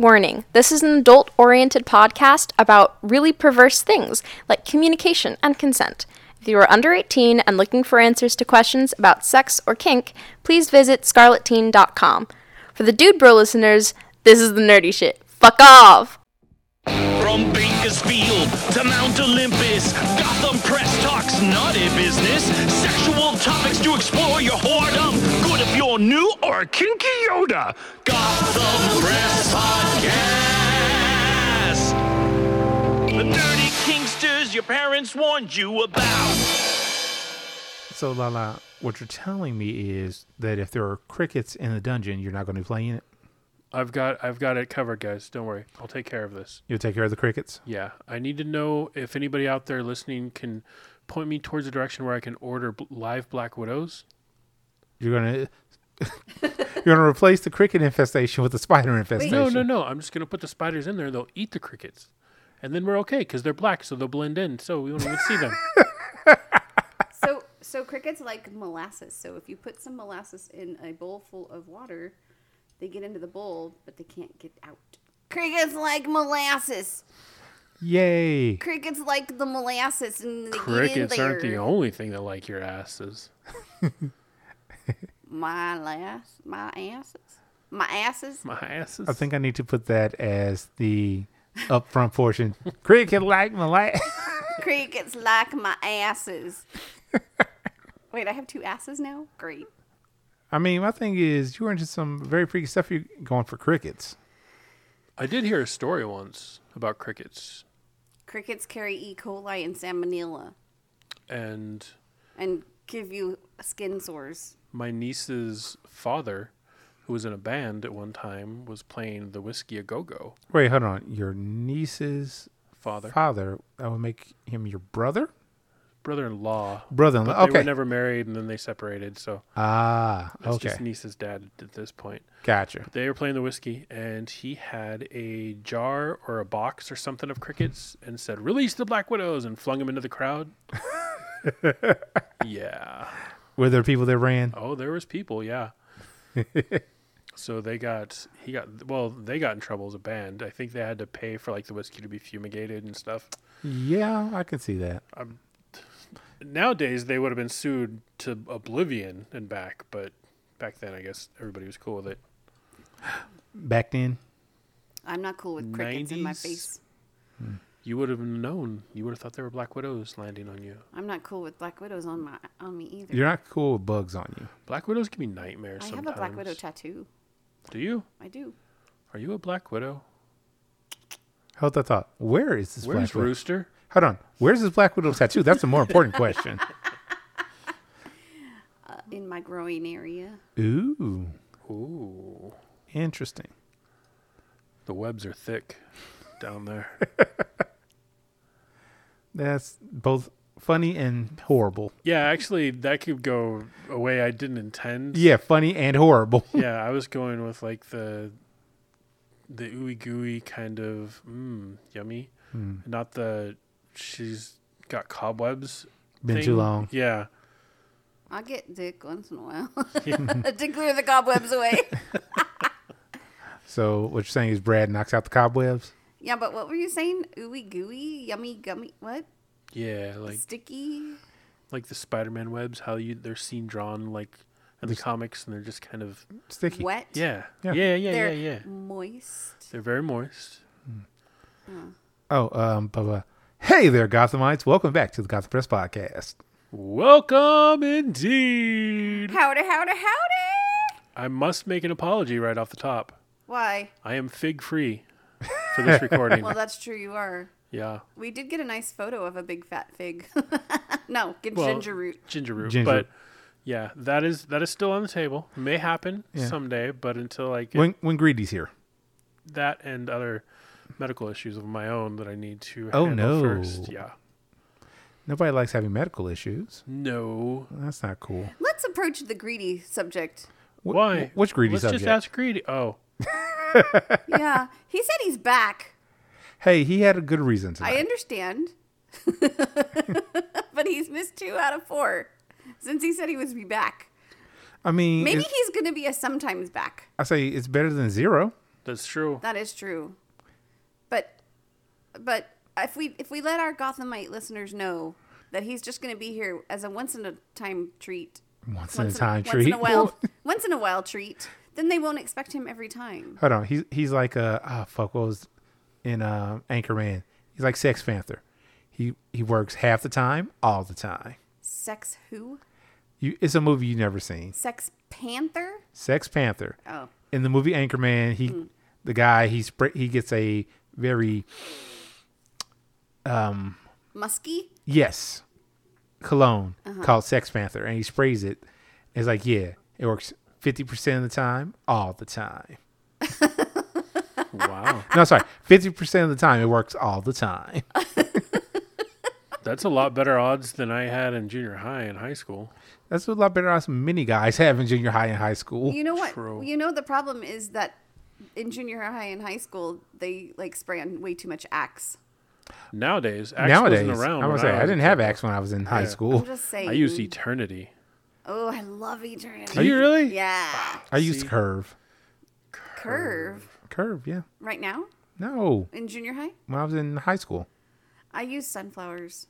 Warning this is an adult oriented podcast about really perverse things like communication and consent. If you are under 18 and looking for answers to questions about sex or kink, please visit scarletteen.com. For the Dude Bro listeners, this is the nerdy shit. Fuck off! From Bakersfield to Mount Olympus, Gotham Press talks naughty business. Sexual topics to explore your whoredom. Good if you're new or a kinky Yoda. Gotham Press Podcast. The dirty kingsters your parents warned you about. So Lala, what you're telling me is that if there are crickets in the dungeon, you're not going to be playing it. I've got I've got it covered, guys. Don't worry. I'll take care of this. You'll take care of the crickets. Yeah, I need to know if anybody out there listening can point me towards a direction where I can order b- live black widows. You're gonna you're gonna replace the cricket infestation with the spider infestation. No, no, no. I'm just gonna put the spiders in there. They'll eat the crickets, and then we're okay because they're black, so they'll blend in. So we won't even see them. So so crickets like molasses. So if you put some molasses in a bowl full of water, they get into the bowl, but they can't get out. Crickets like molasses. Yay! Crickets like the molasses and they crickets get in there. aren't the only thing that like your asses. my ass, my asses, my asses. My asses. I think I need to put that as the upfront portion. cricket like malay. Crickets like my asses. Wait, I have two asses now. Great. I mean, my thing is, you're into some very freaky stuff. You're going for crickets. I did hear a story once about crickets, Crickets carry E. coli and salmonella and and give you skin sores. my niece's father, who was in a band at one time, was playing the Whiskey a Go Go. Wait, hold on. Your niece's Father, father. That would make him your brother. brother-in-law. Brother-in-law. But they okay. were never married, and then they separated. So ah. it's Okay. just niece's dad at this point. Gotcha. They were playing the whiskey, and he had a jar or a box or something of crickets, and said, "Release the black widows," and flung them into the crowd. yeah. Were there people that ran? Oh, there was people. Yeah. so they got he got well they got in trouble as a band. I think they had to pay for like the whiskey to be fumigated and stuff. Yeah, I can see that. Nowadays they would have been sued to oblivion and back, but back then I guess everybody was cool with it. Back then, I'm not cool with crickets in my 90s. face. You would have known. You would have thought there were black widows landing on you. I'm not cool with black widows on my on me either. you're not cool with bugs on you. Black widows give me nightmares I sometimes. have a black widow tattoo. Do you? I do. Are you a black widow? Hold that thought. Where is this Where's black widow? Rooster? Hold on. Where's this black widow tattoo? That's a more important question. uh, In my groin area. Ooh, Ooh. interesting. The webs are thick down there. That's both funny and horrible. yeah, actually that could go a way I didn't intend. Yeah, funny and horrible. yeah, I was going with like the the ooey gooey kind of mm, yummy, Hmm. not the she's got cobwebs. Been too thing. long. Yeah, I get dick once in a while to clear the cobwebs away. So what you're saying is Brad knocks out the cobwebs. yeah, but what were you saying? Ooey gooey, yummy gummy, what? yeah, like Sticky? like the Spider Man webs. How you they're seen drawn like in the comics, and they're just kind of Sticky. Wet? yeah, Yeah. yeah, yeah, yeah, They're yeah. moist. They're very moist. Oh, um, blah, blah. Hey there, Gothamites. Welcome back to the Gotham Press Podcast. Welcome indeed. Howdy, howdy, howdy! I must make an apology right off the top. Why? I am fig free for this recording. Well, that's true, you are. yeah. We did get a nice photo of a big fat fig. no, get Well, ginger root. ginger root. Ginger. But yeah, that is that is still on the table. May happen someday, but until I get When when Greedy's here. that and other medical issues of my own that I need to Oh, handle no. first. Yeah. Nobody likes having medical issues. No. That's not cool. Let's approach the greedy subject. Wh- Why? wh- Which greedy Let's subject? just ask greedy. Oh, Yeah, he said he's back. hey, he had a good reason I tonight. understand. but he's missed two out of four since he said he was be back. I, mean, Maybe it's- he's going to be a sometimes back. I say it's better than zero. That's true. That is true. But but if we if we let our Gothamite listeners know that he's just going to be here as a once in a time treat. Once in a time treat. Once in a while. once in a while treat. Then they won't expect him every time. Hold on. He's he's like uh ah fuck what was in uh, Anchorman. He's like Sex Panther. He he works half the time, all the time. Sex who? You it's a movie you never seen. Sex Panther? Sex Panther. Oh. Mm. In the movie Anchorman, he the guy he spray, he gets a very Muskie? yes cologne Uh-huh. called Sex Panther, and he sprays it. It's like yeah, it works fifty percent of the time, all the time. Wow. No, sorry, fifty percent of the time it works all the time. That's a lot better odds than I had in junior high and high school. That's what a lot better odds many guys have in junior high and high school. You know what? True. You know the problem is that in junior high and high school they like spray on way too much Axe. Nowadays, Axe Nowadays, wasn't around. I when was say I was a didn't have kid. Axe when I was in high Yeah. school. I'm just saying. I used Eternity. Oh, I love eternity. Are you really? Yeah. I used See? Curve. Curve. Curve, yeah. Right now No, in junior high, when I was in high school, I use sunflowers.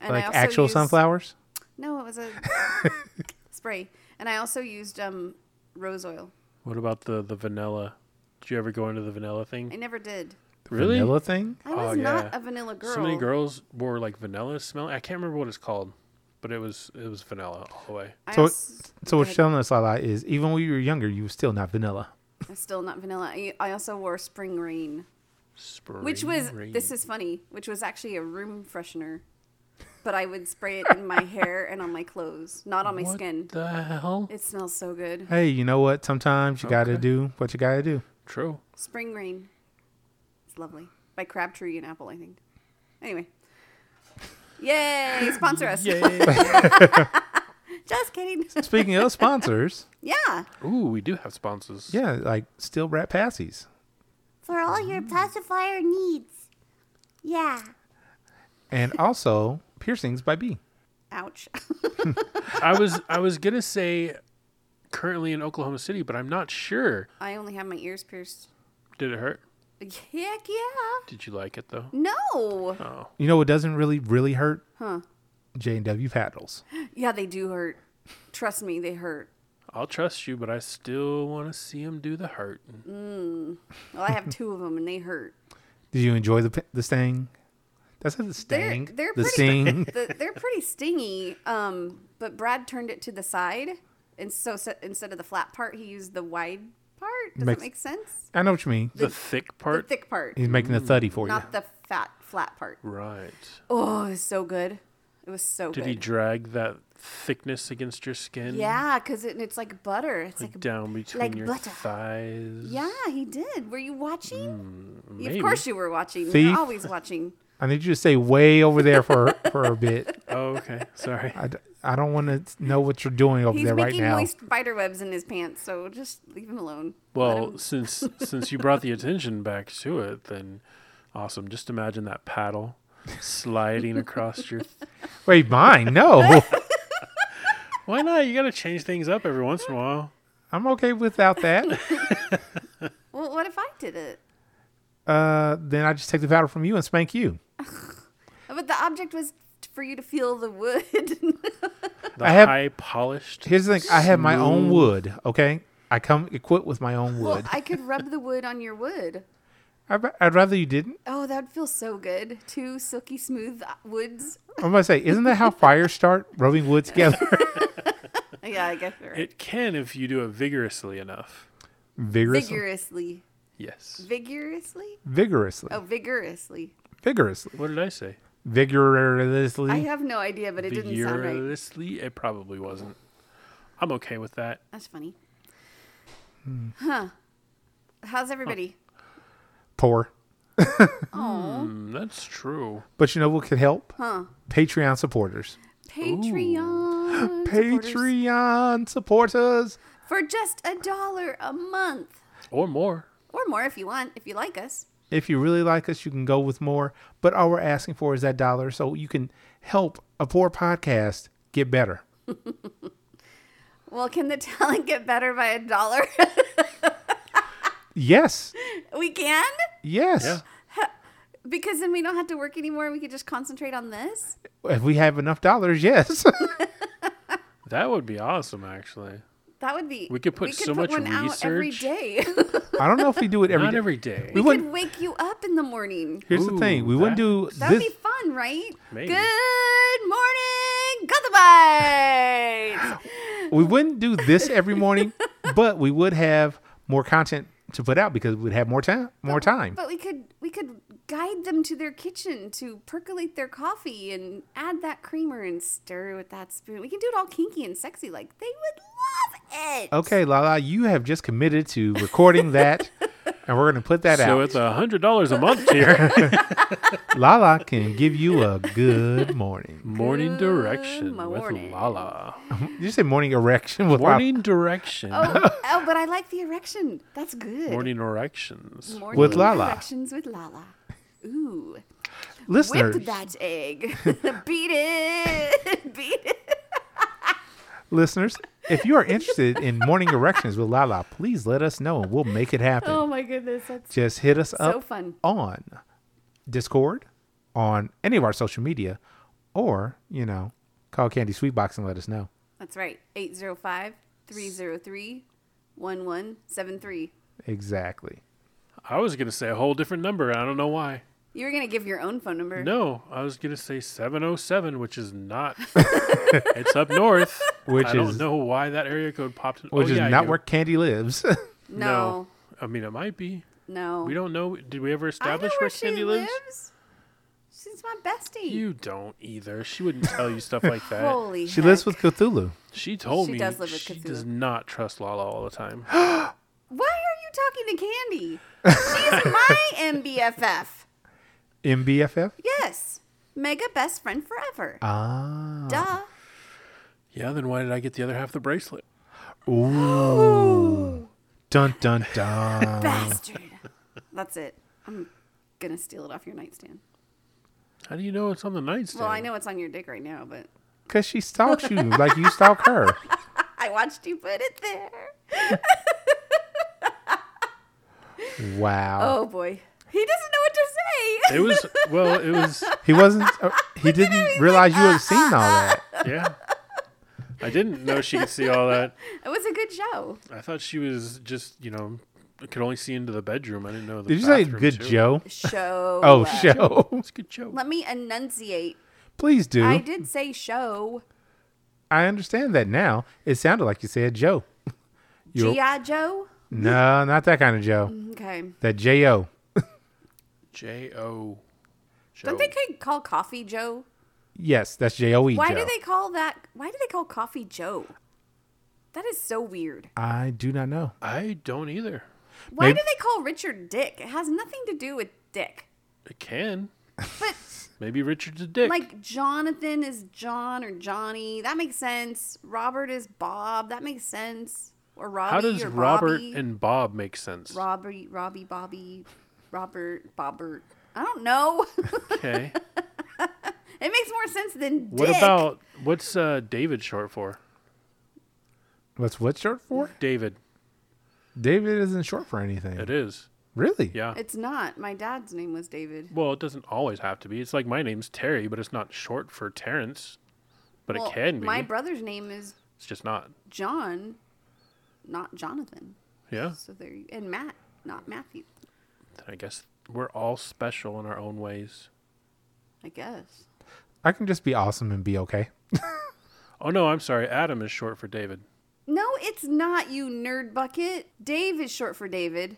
And I like also actual use- sunflowers. No, it was a spray. And I also used um rose oil. What about the the vanilla? Did you ever go into the vanilla I thing? never did. Really? Vanilla thing. I was Oh, not yeah. a vanilla girl. So many girls wore like vanilla smell. I can't remember what it's called, but it was it was vanilla all the way. I So, als- so what ahead. you're telling us, Lala, is even when you were younger, you were still not vanilla. I'm still not vanilla. I, I also wore spring rain, Spring which was rain. this is funny, which was actually a room freshener. But I would spray it in my hair and on my clothes, not on my what skin. the hell? It smells so good. Hey, you know what? Sometimes you gotta Okay. do what you gotta do. True. Spring Rain. It's lovely. By Crabtree and Apple, I think. Anyway. Yay! Sponsor us. Just kidding. Speaking of sponsors, Yeah. Ooh, we do have sponsors. yeah, like still rat passies. for all your pacifier needs. Yeah. And also piercings by B. Ouch. I was I was gonna say currently in Oklahoma City, but I'm not sure. I only have my ears pierced. Did it hurt? Heck yeah. Did you like it though? No. Oh. You know what doesn't really really hurt? Huh. J and W paddles. Yeah, they do hurt. Trust me, they hurt. I'll trust you, but I still want to see him do the hurt. Mm-hmm. Well, I have two of them and they hurt. Did you enjoy the p- the sting? That's not the They're- sting. they're the pretty- sting. The, they're pretty stingy, um, but Brad turned it to the side. And so se- instead of the flat part, he used the wide part. Does Makes- that make sense? I know what you mean. The thick The part. thick part. He's making a thuddy for you. Not the fat flat part. Right. Oh, it was so good. It was so Did good. he drag that thickness against your skin? yeah, because it, it's like butter. It's like, Like down between like your butter. thighs. yeah, he did. Were you watching? Mm, maybe. of course you were watching. Thief. You're always watching. I need you to stay way over there for for a bit. Oh, okay. Sorry. I, d- I don't want to know what you're doing over He's there right making now. moist spider webs in his pants, so just leave him alone. Let Well, him- since since you brought the attention back to it, then awesome. Just imagine that paddle sliding across your. Wait, mine? No, Why not? You got to change things up every once in a while. I'm okay without that. well, what if I did it? Uh, then I just take the paddle from you and spank you. But the object was for you to feel the wood. The I have- high polished. Here's the thing: I have my own wood. Okay, I come equipped with my own well, wood. I could rub the wood on your wood. I, would rather you didn't. Oh, that would feel so good. Two silky smooth uh, woods. I'm gonna say, isn't that how fires start? Rubbing wood together Yeah, I guess you're right. It can if you do it vigorously enough. vigorously. Vigorously. Yes. Vigorously? vigorously, Oh, vigorously. vigorously, What did I say? vigorously. I have no idea, but it didn't sound right. Vigorously? It probably wasn't. I'm okay with that. That's funny. Hmm. Huh. How's everybody? poor. Mm, that's true. But you know what could help? Huh? Patreon supporters. Patreon. supporters. Patreon supporters. For just a dollar a month. Or more. Or more if you want, if you like us. If you really like us, you can go with more. But all we're asking for is that dollar so you can help a poor podcast get better. Well, can the talent get better by a dollar? Yes. We can? Yes. Yeah. Because then we don't have to work anymore. We could just concentrate on this. If we have enough dollars, yes. That would be awesome, actually. That would be. We could put so much one out every research. day. I don't know if we do it every Not day. every day. We we could wouldn't. wake you up in the morning. Here's the Ooh, thing. We wouldn't that- do That would this. be fun, right? Maybe. Good morning, Gothamites. we wouldn't do this every morning, but we would have more content to put out because we'd have more time. More time. but we could we could guide them to their kitchen to percolate their coffee and add that creamer and stir with that spoon. We can do it all kinky and sexy, like they would love it. Okay, Lala, you have just committed to recording that, and we're going to put that so out. it's a hundred dollars a month here. Lala can give you a good morning. Morning direction morning. with Lala. Did you say morning erection with Lala? Morning direction. Oh, oh, but I like the erection. That's good. Morning erections. Morning With Lala. Erections with Lala. Ooh, Listeners, whip that egg. Beat it. Beat it. listeners, if you are interested in morning erections with Lala, please let us know and we'll make it happen. Oh my goodness, that's Just hit us up fun. on Discord, on any of our social media, or, you know, call Candy Sweetbox and let us know. that's right. 805-303-1173. Exactly. I was gonna say a whole different number. and I don't know why. You were gonna give your own phone number. No, I was gonna say seven oh seven, which is not. it's up north. Which I don't is- know why that area code popped. in. Which oh, is yeah, I not do. where Candy lives. no, I mean, it might be. no. We don't know. Did we ever I know establish where Candy lives? She's my bestie. You don't either. She wouldn't tell you stuff like that. Holy. she lives heck. with Cthulhu. She told She me does live with she does Cthulhu. not trust Lala all the time. Why are you talking to Candy? She's my MBFF. MBFF? Yes, mega best friend forever. Ah. Duh. yeah, then why did I get the other half of the bracelet? Ooh. Dun dun dun. Bastard. That's it. I'm gonna steal it off your nightstand. How do you know it's on the nightstand? Well, I know it's on your dick right now, but Because she stalks you like you stalk her. I watched you put it there. Wow. Oh boy. He doesn't know what to say. It was well. It was He wasn't, uh, he didn't realize you had seen all that. yeah. I didn't know she could see all that. It was a good show. I thought she was just you know could only see into the bedroom. I didn't know. The Did you say bathroom, good too. Joe? Show. Oh, show. It's a good joke. Let me enunciate. Please do. I I, did say show. understand that now. It sounded like you said Joe. You're- G.I. Joe? no, not that kind of Joe. Okay. That J O. J O. Don't they ca- call coffee Joe? Yes, that's J O E. Why Joe. do they call that? Why do they call coffee Joe? That is so weird. I do not know. I don't either. Why Maybe- do they call Richard Dick? It has nothing to do with Dick. It can. But Maybe Richard's a dick. like Jonathan is John or Johnny. That makes sense. Robert is Bob. That makes sense. Or Robbie How does or Robert Robbie. and Bob make sense? Robbie, Robbie, Bobby, Robert, Bobbert. I don't know. Okay. it makes more sense than Dick. What about what's uh, David short for? What's what short for? David. David isn't short for anything. It is. Really? Yeah. It's not. My dad's name was David. well, it doesn't always have to be. It's like my name's Terry, but it's not short for Terrence. But Well, it can be. My brother's name is it's just not. John, not Jonathan. Yeah. So there you and Matt, not Matthew. Then I guess we're all special in our own ways. I guess. I can just be awesome and be okay. Oh no, I'm sorry. Adam is short for David. No, it's not you nerd bucket. Dave is short for David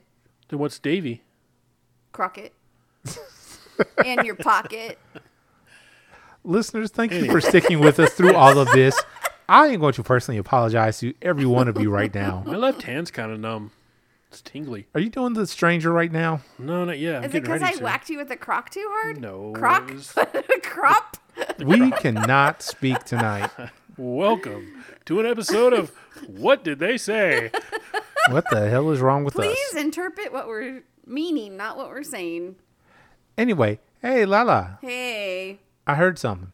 Then what's Davy? Crockett. and your pocket. Listeners, thank you for sticking with us through all of this. I am going to personally apologize to every one of you right now. My left hand's kind of numb. It's tingly. Are you doing the stranger right now? No, not yet. I'm Is it getting because I ready to. whacked you with a crock too hard? No, Crock? it was- Crop? We cannot speak tonight. Welcome to an episode of What Did They Say? What the hell is wrong with Please us? interpret what we're meaning, not what we're saying. Anyway, hey Lala, Hey. I heard something.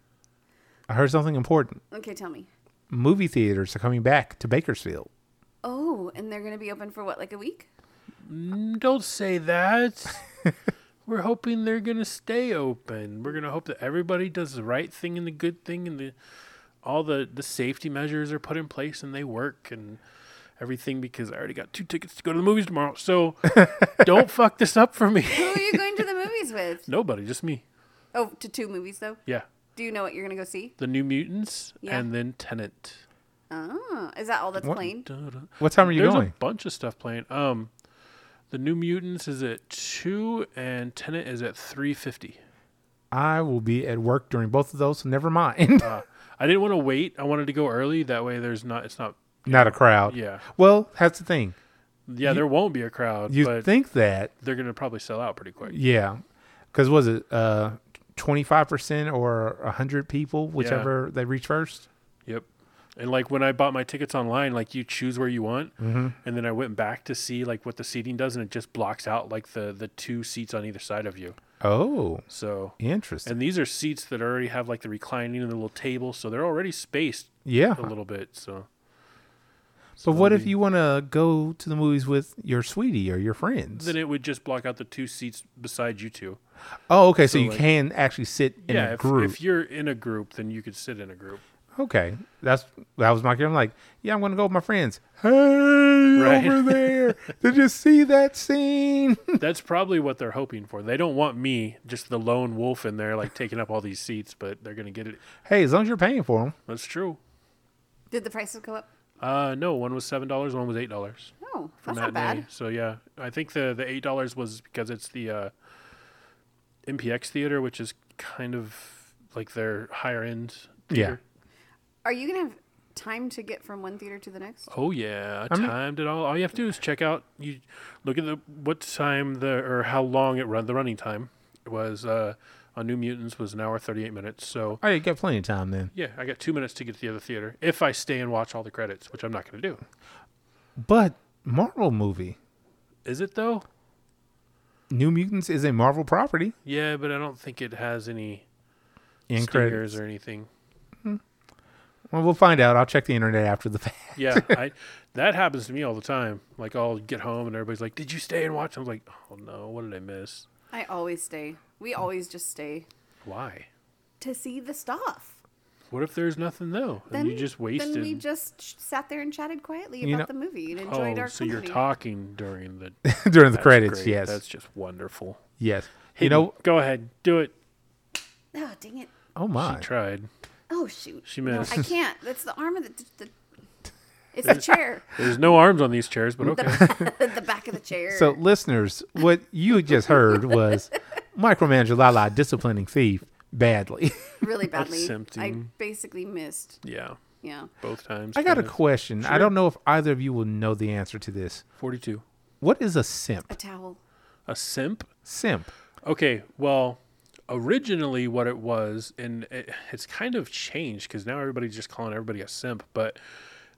I heard something important. Okay, tell me. Movie theaters are coming back to Bakersfield. Oh, and they're going to be open for what, like a week? "Mm, Don't say that. We're hoping they're gonna stay open. We're gonna hope that everybody does the right thing and the good thing and the all the the safety measures are put in place and they work and everything because I already got two tickets to go to the movies tomorrow. So don't fuck this up for me. Who are you going to the movies with? Nobody, just me. Oh, to two movies though. Yeah, Do you know what you're gonna go see? the New Mutants Yeah. and then Tenant. Oh, is that all that's What? playing? What time are you There's going? a bunch of stuff playing. Um, the New Mutants is at two, and Tenant is at three fifty. I will be at work during both of those, so never mind. I didn't want to wait. I wanted to go early. That way, there's not. It's not. Not a crowd. Yeah. Well, that's the thing. Yeah, there won't be a crowd. You but think that, they're gonna probably sell out pretty quick. yeah, because was it uh, 25% or 100 people, whichever they reach first? Yep. And like when I bought my tickets online, like you choose where you want, Mm-hmm. and then I went back to see like what the seating does, and it just blocks out like the the two seats on either side of you. Oh, So. interesting. And these are seats that already have like the reclining and the little table, so they're already spaced yeah. a little bit. So But what if you want to go to the movies with your sweetie or your friends? then it would just block out the two seats beside you two. oh, okay. So, so, you like- can actually sit in yeah, a if, group. if you're in a group, then you could sit in a group. okay, that's that was my. I'm like, yeah, I'm going to go with my friends. Hey, over there! Did you see that scene? That's probably what they're hoping for. They don't want me, just the lone wolf in there, like taking up all these seats, but they're gonna get it. hey, as long as you're paying for them, That's true. Did the prices go up? Uh, no, one was seven dollars, one was eight dollars. Oh, that's not bad. So yeah, I think the the eight dollars was because it's the uh, MPX theater, which is kind of like their higher end theater. Are you gonna have time to get from one theater to the next? Oh yeah, I mean- timed it all. All you have to do is check out. You look at the what time the or how long it run. The running time was uh, on New Mutants was an hour thirty eight minutes. So oh, you got plenty of time then. yeah, I got two minutes to get to the other theater if I stay and watch all the credits, which I'm not going to do. But Marvel movie, Is it though? New Mutants is a Marvel property. Yeah, but I don't think it has any In stingers credits. or anything. Well, we'll find out. I'll check the internet after the fact. Yeah, I, that happens to me all the time. Like I'll get home and everybody's like, "Did you stay and watch?" I'm like, "Oh no, what did I miss? I always stay. We always just stay Why? to see the stuff. What if there's nothing though, and you just wasted?" Then we just sh- sat there and chatted quietly You about know- the movie and enjoyed Oh, our so company. you're talking during the During the that's credits, great. yes, That's just wonderful. yes. You Hayden, know, go ahead, do it. oh, dang it. oh my, She tried. Oh, shoot. She No, missed. I can't. That's the arm of the. the it's the chair. There's no arms on these chairs, but okay. the back of the chair. So, listeners, what you just heard was micromanager Lala disciplining thief badly. really badly. I tempting. basically missed. yeah, Yeah. both times. I got a kind of. question. I don't know if either of you will know the answer to this. Forty-two. What is a A simp? towel. A simp. Simp. Okay, well, originally what it was, and it, it's kind of changed because now everybody's just calling everybody a simp, but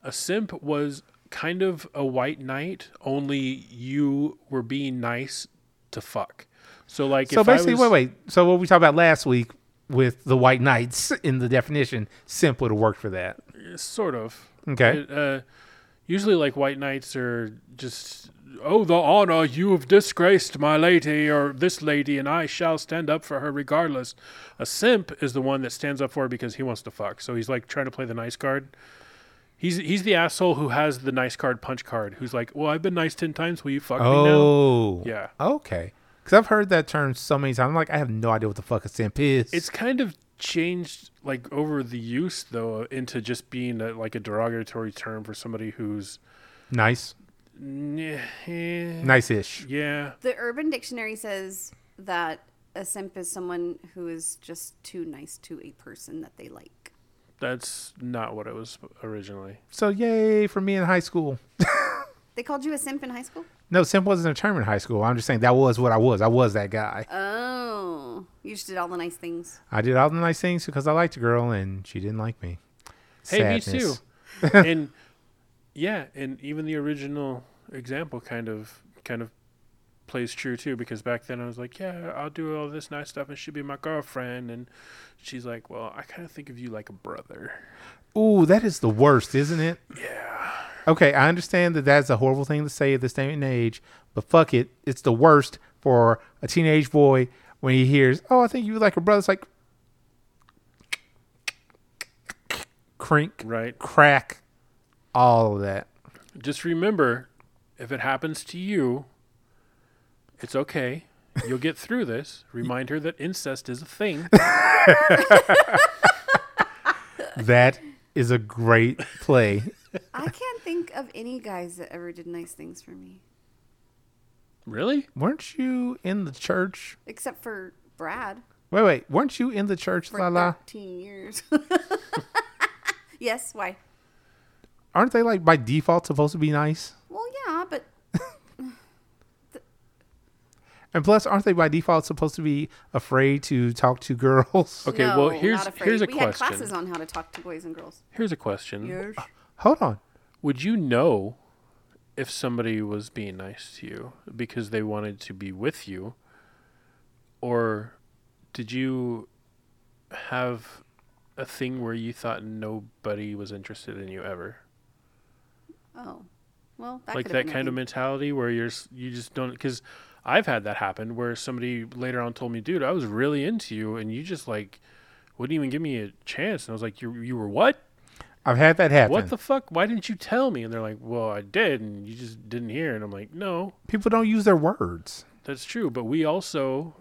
a simp was kind of a white knight, only you were being nice to fuck. So, like, So if I basically, was- wait, wait. So what we talked about last week with the white knights in the definition, simp would have worked for that. sort of. Okay. It, uh, usually, like white knights are just, oh, the honor you have disgraced my lady or this lady, and I shall stand up for her regardless. A simp is the one that stands up for her because he wants to fuck. So he's like trying to play the nice card. He's he's the asshole who has the nice card punch card. Who's like, well, I've been nice ten times. Will you fuck me now? Oh, Yeah. Okay. Because I've heard that term so many times. I'm like, I have no idea what the fuck a simp is. It's kind of changed like over the use though into just being a, like a derogatory term for somebody who's "Eh, nice, nice-ish. yeah The Urban Dictionary says that a simp is someone who is just too nice to a person that they like. That's not what it was originally. So yay for me in high school. They called you a simp in high school? No, simp wasn't a term in high school. I'm just saying that was what I was. I was that guy. Oh. You just did all the nice things. I did all the nice things because I liked a girl and she didn't like me. Hey, me too. Sadness. and yeah, and even the original example kind of kind of plays true too because back then I was like, yeah, I'll do all this nice stuff and she'll be my girlfriend and she's like, well, I kind of think of you like a brother. Ooh, that is the worst, isn't it? Yeah. Okay, I understand that that's a horrible thing to say at this day and age, but fuck it. It's the worst for a teenage boy when he hears, oh, I think you like your brother. It's like, crink, Right. crack, all of that. Just remember, if it happens to you, it's okay. You'll get through this. Remind her that incest is a thing. That is a great play. I can't think of any guys that ever did nice things for me, Really? weren't you in the church? except for Brad Wait, wait. Weren't you in the church, for La La? 13 years. yes, why? Aren't they like by default supposed to be nice? Well, yeah, but And plus, aren't they by default supposed to be afraid to talk to girls? Okay, no, well, here's not afraid. here's a we had question. classes on how to talk to boys and girls. Here's a question. Hold on. Would you know if somebody was being nice to you because they wanted to be with you? Or did you have a thing where you thought nobody was interested in you ever? Oh, well, that like could've that been a kind of thing. mentality where you're s- you just don't cuz I've had that happen where somebody later on told me, "Dude, I was really into you and you just like wouldn't even give me a chance." And I was like, "You you were what? I've had that happen. What the fuck? Why didn't you tell me?" And they're like, "Well, I did and you just didn't hear." And I'm like, "No, People don't use their words. That's true, but we also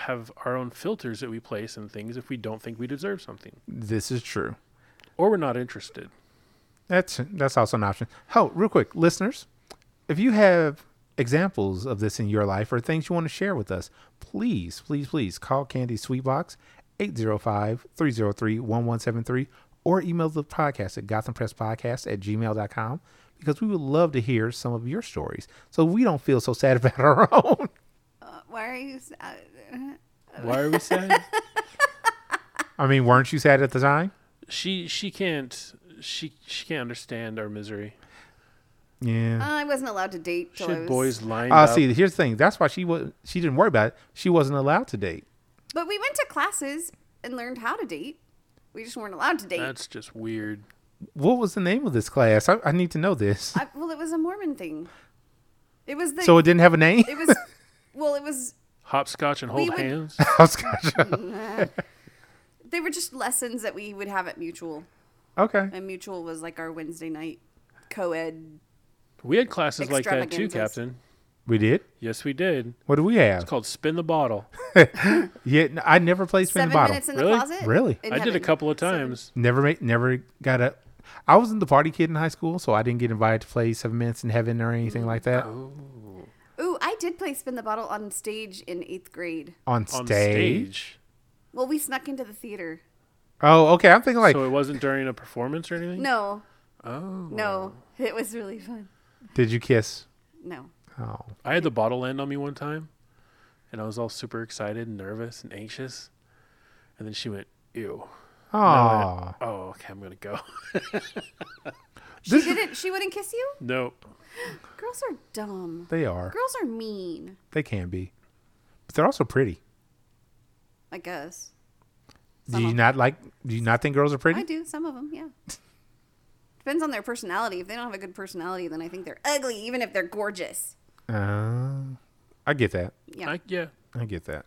have our own filters that we place in things if we don't think we deserve something This is true. or we're not interested. That's that's also an option. Oh, real quick, listeners, if you have examples of this in your life or things you want to share with us, please, please, please call Candy Sweetbox 805-303-1173 or email the podcast at gothampresspodcast at gmail.com because we would love to hear some of your stories so we don't feel so sad about our own. Why are you? s- Uh, Why are we sad? I mean, weren't you sad at the time? she she can't she she can't understand our misery. Yeah. I wasn't allowed to date till I Should was. boys Uh, lined Ah, up? see, here's the thing. That's why she was she didn't worry about it. She wasn't allowed to date. But we went to classes and learned how to date. We just weren't allowed to date. That's just weird. What was the name of this class? I, I need to know this. I, well, it was a Mormon thing. It was the. So it didn't have a name. it was. Well, it was. Hopscotch and We hold would- hands. They were just lessons that we would have at Mutual, okay. and Mutual was like our Wednesday night co-ed. We had classes like that too, Extravaganzas. Captain. We did. Yes, we did. What do we have? It's called spin the bottle. Yeah, n- I never played spin Seven the bottle. minutes in Really? the closet. Really? in I did a heaven. couple of Seven- times. never made. Never got a. I wasn't the party kid in high school, so I didn't get invited to play Seven Minutes in Heaven or anything like that Oh. Ooh, I did play spin the bottle on stage in eighth grade. on On stage. stage. Well, we snuck into the theater. Oh, okay. I'm thinking like so it wasn't during a performance or anything? No, Oh. no, it was really fun. Did you kiss? No, Oh, I had the bottle land on me one time, and I was all super excited and nervous and anxious. And then she went, "Ew." oh. Oh, okay, I'm gonna go. she didn't. She wouldn't kiss you. no, Girls are dumb. They are. Girls are mean. They can be, but they're also pretty. I guess. Do you Some- not like? Do you not think girls are pretty? I do. Some of them, yeah. Depends on their personality. If they don't have a good personality, then I think they're ugly, even if they're gorgeous. Uh, I get that. Yeah, I, yeah. I get that.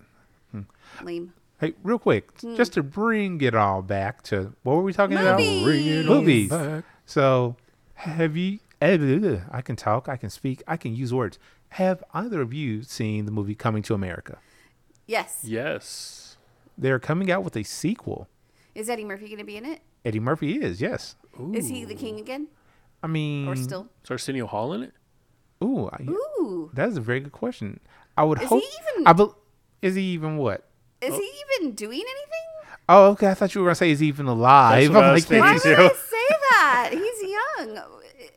lame. Hey, real quick, Mm. just to bring it all back to what were we talking Movies. Bring it about? all Movies. So, have you? eh, I can talk. I can speak. I can use words. Have either of you seen the movie Coming to America? Yes. Yes. They're coming out with a sequel. Is Eddie Murphy going to be in it? Eddie Murphy is yes. Is he the king again, I mean, Hmm. or still? Is Arsenio Hall in it? Ooh, I- Ooh, that's a very good question. I would Is he hope. even- I bel is he even what? is he Oh. even doing anything? Oh, okay. I thought you were gonna say is he even alive? what I I'm was like, Why thinking. would too. I say that? He's young.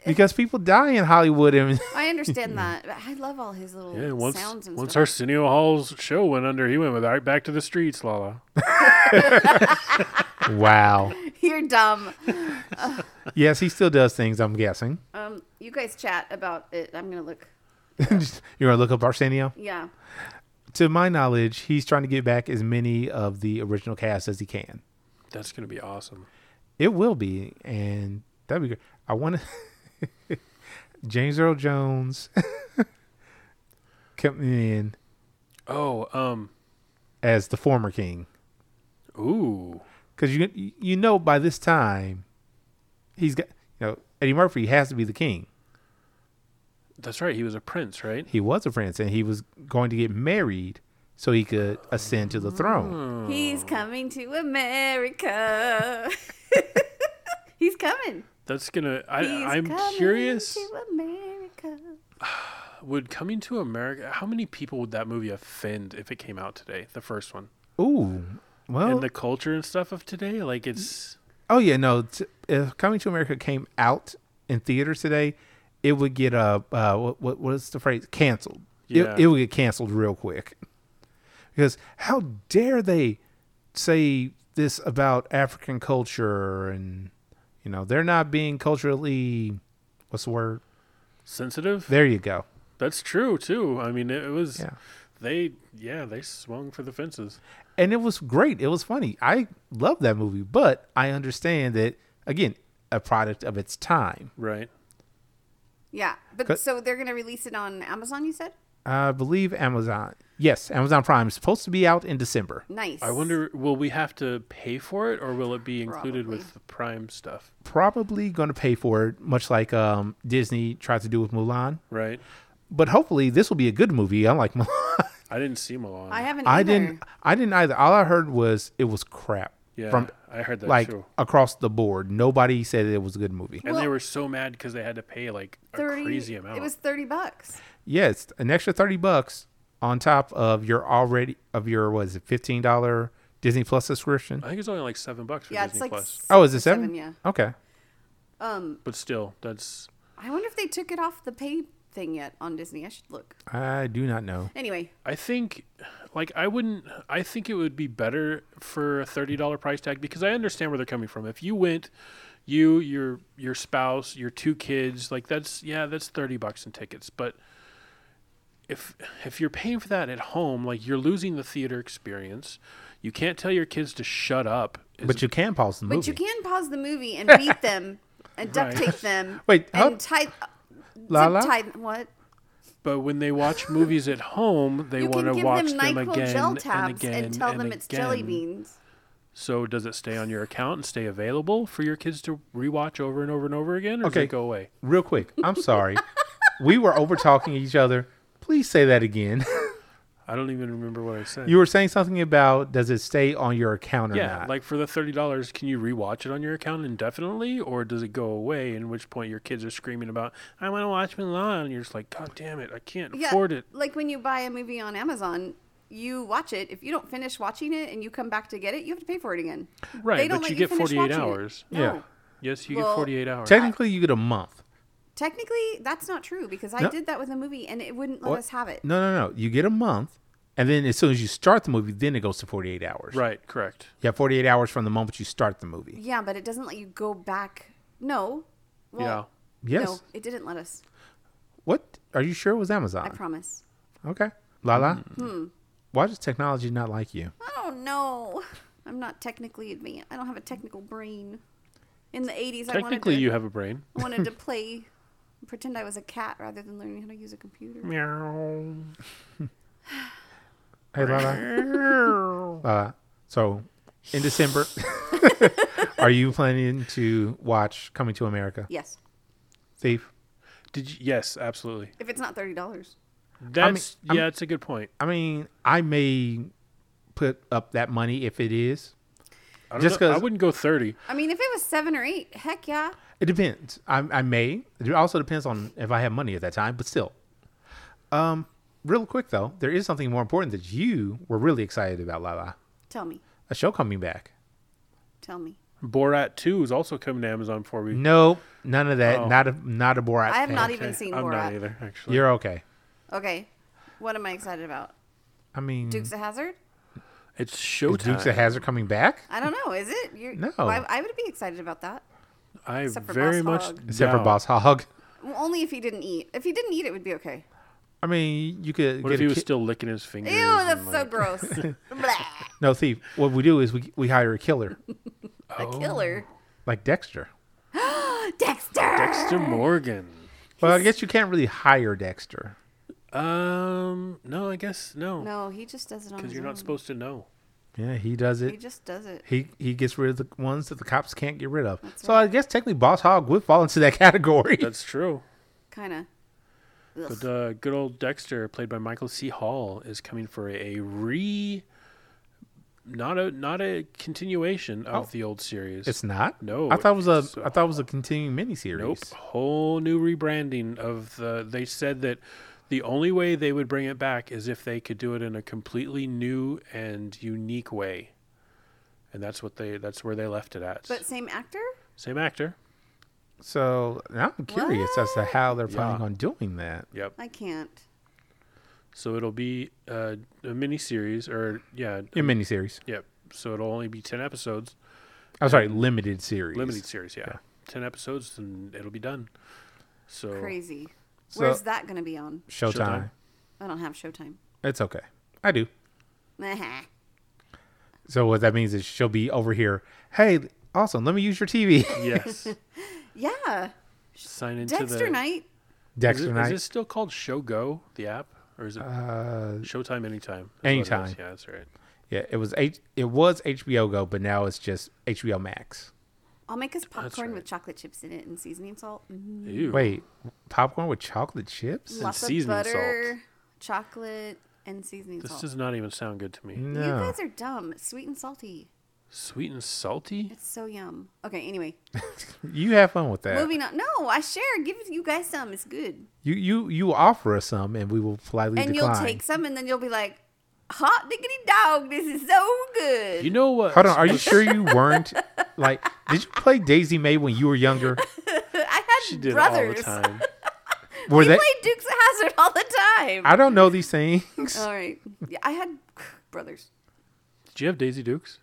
because people die in Hollywood and I understand that. but I love all his little Hmm. Yeah. Once sounds and once stuff. Arsenio Hall's show went under, he went right back to the streets, Lala. wow. You're dumb. Yes, he still does things. I'm guessing. Um, you guys chat about it. I'm gonna look. You're gonna look up Arsenio. Yeah. To my knowledge, he's trying to get back as many of the original cast as he can. That's gonna be awesome. It will be, and that'd be great. I want to. James Earl Jones coming in Oh, um, as the former king ooh, because you you know by this time he's got you know Eddie Murphy has to be the king. that's right. He was a prince, right? He was a prince and he was going to get married so he could ascend to the throne. Oh. He's coming to America. He's coming. That's gonna. I, He's Uh, I'm coming curious. to America. Would coming to America? How many people would that movie offend if it came out today? The first one Ooh, well, Hmm. and the culture and stuff of today. Like it's oh yeah, no. T- if Coming to America came out in theaters today, it would get uh, uh what what was the phrase canceled? Yeah. It, it would get canceled real quick because how dare they say this about African culture and you know they're not being culturally what's the word? sensitive. There you go. That's true too. I mean, it, it was. Yeah. They yeah they swung for the fences. and it was great. It was funny. I love that movie, but I understand that again, a product of its time. Right. Yeah, but Cut. so they're gonna release it on Amazon. You said I believe Amazon. Yes, Amazon Prime is supposed to be out in December. nice. I wonder, will we have to pay for it, or will it be included with the Prime stuff? Probably going to pay for it, much like um, Disney tried to do with Mulan. Right. But hopefully, this will be a good movie. Unlike Mulan, I didn't see Milan. I haven't. I either. didn't. I didn't either. All I heard was it was crap. yeah, from I heard that like too. across the board, nobody said it was a good movie. And they Well- were so mad because they had to pay like a crazy amount. It was thirty bucks. Yeah, it's an extra thirty bucks on top of your already of your what is it fifteen dollar Disney Plus subscription. I think it's only like seven bucks for Yeah, Disney it's like. Plus, Oh, is it six seven? or Yeah. Okay. but still, that's I wonder if they took it off the pay thing yet on Disney. I should look. I do not know. Anyway, I think like I wouldn't I think it would be better for a $30 price tag because I understand where they're coming from. If you went you your your spouse, your two kids, like that's yeah, that's 30 bucks in tickets, but if if you're paying for that at home, like you're losing the theater experience. You can't tell your kids to shut up. Is- But you can pause the movie. but you can pause the movie and beat them and duct Right. tape them. Wait, huh? and tie. La La? zip tie- what? But when they watch movies at home, they You want to can give watch them them, Nyquil again gel and tabs again and, tell and them it's jelly again. beans. So does it stay on your account and stay available for your kids to rewatch over and over and over again, or does Okay. it go away? Real quick, I'm sorry. we were over talking each other. Please say that again. I don't even remember what I said. you were saying something about does it stay on your account or yeah, not? like for the thirty dollars, can you rewatch it on your account indefinitely, or does it go away? In which point your kids are screaming about, "I want to watch Milan," and you're just like, "God damn it, I can't Yeah, afford it." like when you buy a movie on Amazon, you watch it. If you don't finish watching it and you come back to get it, you have to pay for it again. Right, they don't but let you get finish 48 watching it. hours. No. Yeah. Yes, you get Well- forty-eight hours. Technically, you get a month. Technically, that's not true because I No. did that with a movie and it wouldn't let What? us have it. No, no, no. You get a month, and then as soon as you start the movie, then it goes to 48 hours. Right, correct. You have 48 hours from the moment you start the movie. Yeah, but it doesn't let you go back. No. Well, yeah. Yes. No, it didn't let us. What? Are you sure it was Amazon? I promise. Okay. Lala? Why does technology not like you? I don't know. I'm not technically advanced. I don't have a technical brain. In the 80s, I wanted Technically, to, you have a brain. I wanted to play, pretend I was a cat rather than learning how to use a computer. Meow. Hey, Lala. Lala. Uh, So, in December, are you planning to watch Coming to America? Yes. Thief? Did you? Yes, absolutely. If it's not $30. That's I'm- yeah, it's a good point. I mean, I may put up that money if it is. I don't Just know- I 'cause- wouldn't go thirty. I mean, if it was seven or eight, heck yeah. It depends. I, I may. It also depends on if I have money at that time, but still. Um, real quick, though, there is something more important that you were really excited about, Lala. Tell me. A show coming back. Tell me. Borat Two is also coming to Amazon for me. No, none of that. Oh. Not a not a Borat. I have fan. not even seen I'm not Borat. either, actually. You're okay. Okay. What am I excited about? I mean, Dukes of Hazard? It's is showtime. Dukes of Hazard coming back? I don't know. Is it? You're, No. Why- I would be excited about that. I except for very Boss much Hogg. Except for doubt- Boss Hog. Well, only if he didn't eat. If he didn't eat, it would be okay. I mean, you could What get if a he was kid- still licking his fingers? Ew, and, that's so like- gross. Blah. no thief. What we Oh. do is we we hire a killer A killer. like Dexter. Dex. Dexter. Dexter Morgan. Well, I guess you can't really hire Dexter. Um, no, I guess no, No, Mm. he just does it on because his you're own. not supposed to know. Yeah, he does He it. just does it. He he gets rid of the ones that the cops can't get rid of. So I guess technically Boss Hog would fall into that category. That's true. Kind of. But uh, good old Dexter, played by Michael C. Hall, is coming for a re, not a not a continuation of the old series. Oh. it's not. No, I thought it was a. it's I thought it was a continuing miniseries. Nope. Whole new rebranding of the. They said that the only way they would bring it back is if they could do it in a completely new and unique way, and that's what they. That's where they left it at. But same actor? Same actor. So now I'm curious as to how they're planning Yeah. on doing that. Yep. I can't. So it'll be uh, a mini series, or yeah, A miniseries. yep. So it'll only be ten episodes, I'm sorry, limited series. limited series. Yeah, ten episodes, and it'll be done. So Crazy. So- Where's that going to be on? Showtime. Showtime. I don't have Showtime. It's okay. I do. Nah. So what that means is she'll be over here. Hey, awesome. Let me use your TV. yes, Yeah. sign into Dexter the. Knight. Is Dexter it, is Knight. this still called Show Go the app, or is it Showtime Anytime? is what it is. Uh, Anytime. Yeah, that's right. yeah, it was H- it was HBO Go, but now it's just HBO Max. I'll make us popcorn right. with chocolate chips in it and seasoning salt. Ew. Wait, popcorn with chocolate chips? Lots of seasoning salt. butter, chocolate, and seasoning this salt. does not even sound good to me. You No. guys are dumb. Sweet and salty. Sweet and salty. It's so yum. Okay, anyway. You have fun with that. Moving on. No, I share. Give you guys some. It's good. You you you offer us some, and we will politely and decline. you'll take some, and then you'll be like, hot diggity dog, this is so good. You know what? Hold on, are you sure you weren't like? Did you play Daisy May when you were younger? I had She did brothers. all the time. Were We they? played Dukes of Hazard all the time. I don't know these things. all right. Yeah, I had brothers. Did you have Daisy Dukes?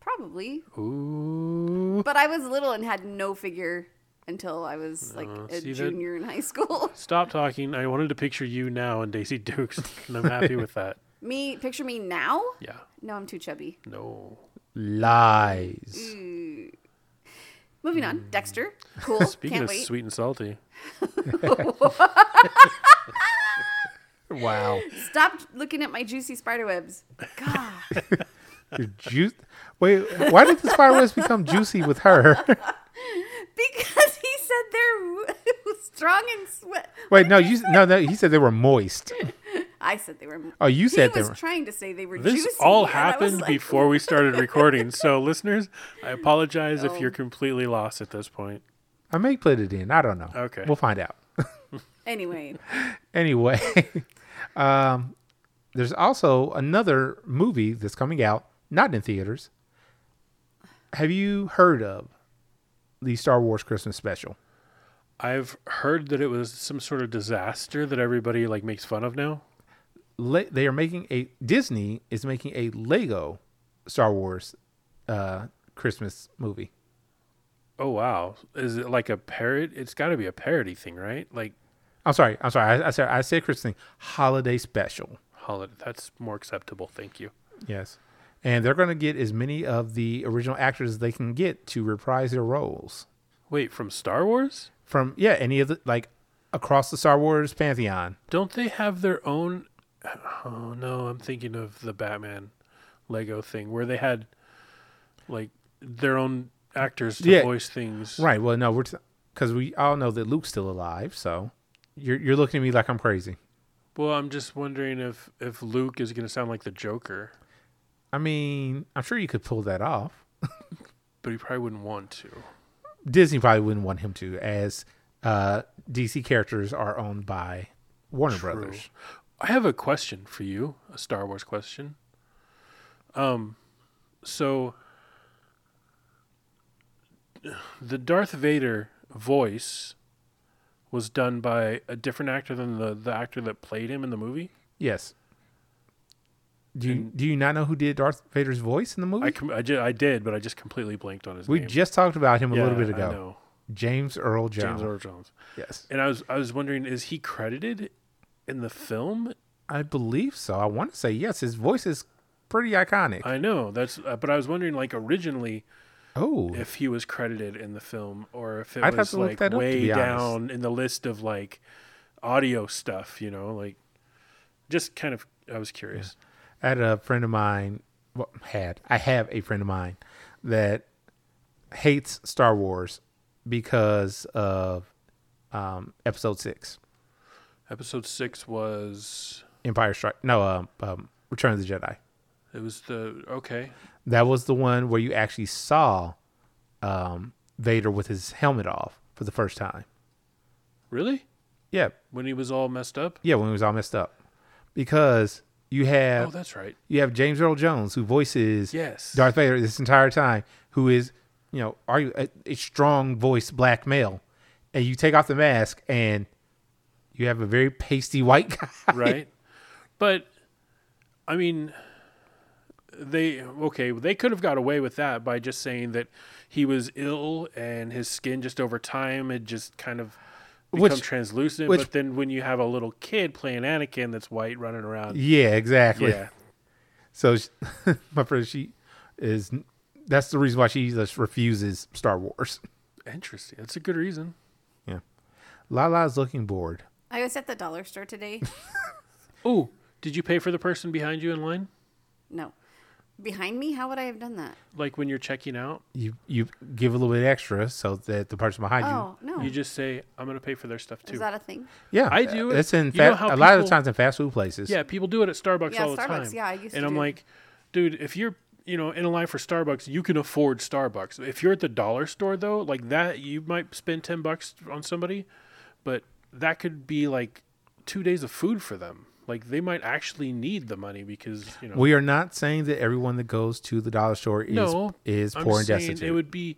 Probably. Ooh. But I was little and had no figure until I was like a see that- junior in high school. Stop talking. I wanted to picture you now and Daisy Dukes, and I'm happy with that. me, picture me now? Yeah. No, I'm too chubby. No. Lies. Moving on. Dexter. Cool. Mm. Speaking Can't of wait. sweet and salty, Wow. Stop looking at my juicy spider webs. God. Your juice. Wait, why did the spider webs become juicy with her? because he said they're strong and sweat. Wait, no, you no, no. He said they were moist. I said they were. Oh, you said he they was were. trying to say they were this juicy. all and I was happened like, before we started recording. So, listeners, I apologize if you're completely lost at this point. I may put it in. I don't know. Okay. we'll find out. Anyway, anyway, um, there's also another movie that's coming out, not in theaters. Have you heard of the Star Wars Christmas special? I've heard that it was some sort of disaster that everybody like makes fun of now. Le- they are making a Disney is making a Lego Star Wars uh, Christmas movie. Oh wow, is it like a parrot? It's got to be a parody thing, right? Like I'm sorry. I'm sorry. I, I said I said Christmas thing. Holiday special. holiday. That's more acceptable. Thank you. Yes. And they're going to get as many of the original actors as they can get to reprise their roles Wait, from Star Wars? from yeah any of the like across the Star Wars pantheon. Don't they have their own? Oh no, I'm thinking of the Batman Lego thing where they had like their own actors to Yeah. voice things. Right. Well, no, we're because we all know that Luke's still alive. So you're you're looking at me like I'm crazy. Well, I'm just wondering if if Luke is going to sound like the Joker, I mean, I'm sure you could pull that off. but he probably wouldn't want to. Disney probably wouldn't want him to, as uh, DC characters are owned by Warner Brothers. I have a question for you, a Star Wars question. Um, so the Darth Vader voice was done by a different actor than the, the actor that played him in the movie. Yes. Do you, do you not know who did Darth Vader's voice in the movie? I com- I, ju- I did, but I just completely blanked on his we name. just talked about him a Yeah, little bit I ago. know. James Earl Jones. James Earl Jones. Yes. And I was I was wondering, is he credited in the film? I believe so. I want to say yes. His voice is pretty iconic. I know that's, uh, but I was wondering, like originally, Oh, if he was credited in the film or if it I'd have was to look like that up, to way be honest. down in the list of like audio stuff, you know, like just kind of I was curious. I had a friend of mine. Well, had I have a friend of mine that hates Star Wars because of um, Episode Six, Episode 6 was Empire Strike. No, um, um, Return of the Jedi. it was the okay. That was the one where you actually saw um, Vader with his helmet off for the first time. Really? Yeah, When he was all messed up? yeah, when he was all messed up, because you have Oh, that's right. you have James Earl Jones who voices Yes. Darth Vader this entire time, who is you know are you a, a strong voiced black male, and you take off the mask and you have a very pasty white guy. right? But I mean, they okay, they could have got away with that by just saying that he was ill and his skin just over time had just kind of become Which- translucent. which- but then when you have a little kid playing Anakin that's white running around, Yeah, exactly. yeah, So she, my friend, she is that's the reason why she just refuses Star Wars. interesting. That's a good reason. Yeah, Lala's looking bored. I was at the dollar store today. Oh, did you pay for the person behind you in line? no. Behind me? How would I have done that? Like when you're checking out, You you give a little bit extra so that the person behind Oh, no. you just say, "I'm going to pay for their stuff too." Is that a thing? you, yeah, I do it. It's in You know fa- how a lot of people- times in fast food places. Yeah, people do it at Starbucks Yeah, all the Starbucks, time. yeah, I used And to I'm do. like, dude, if you're you know in a line for Starbucks, you can afford Starbucks. If you're at the dollar store though, like that, you might spend ten bucks on somebody, but that could be like two days of food for them. Like they might actually need the money because you know. We are not saying that everyone that goes to the dollar store is no, is I'm poor and saying destitute. It would be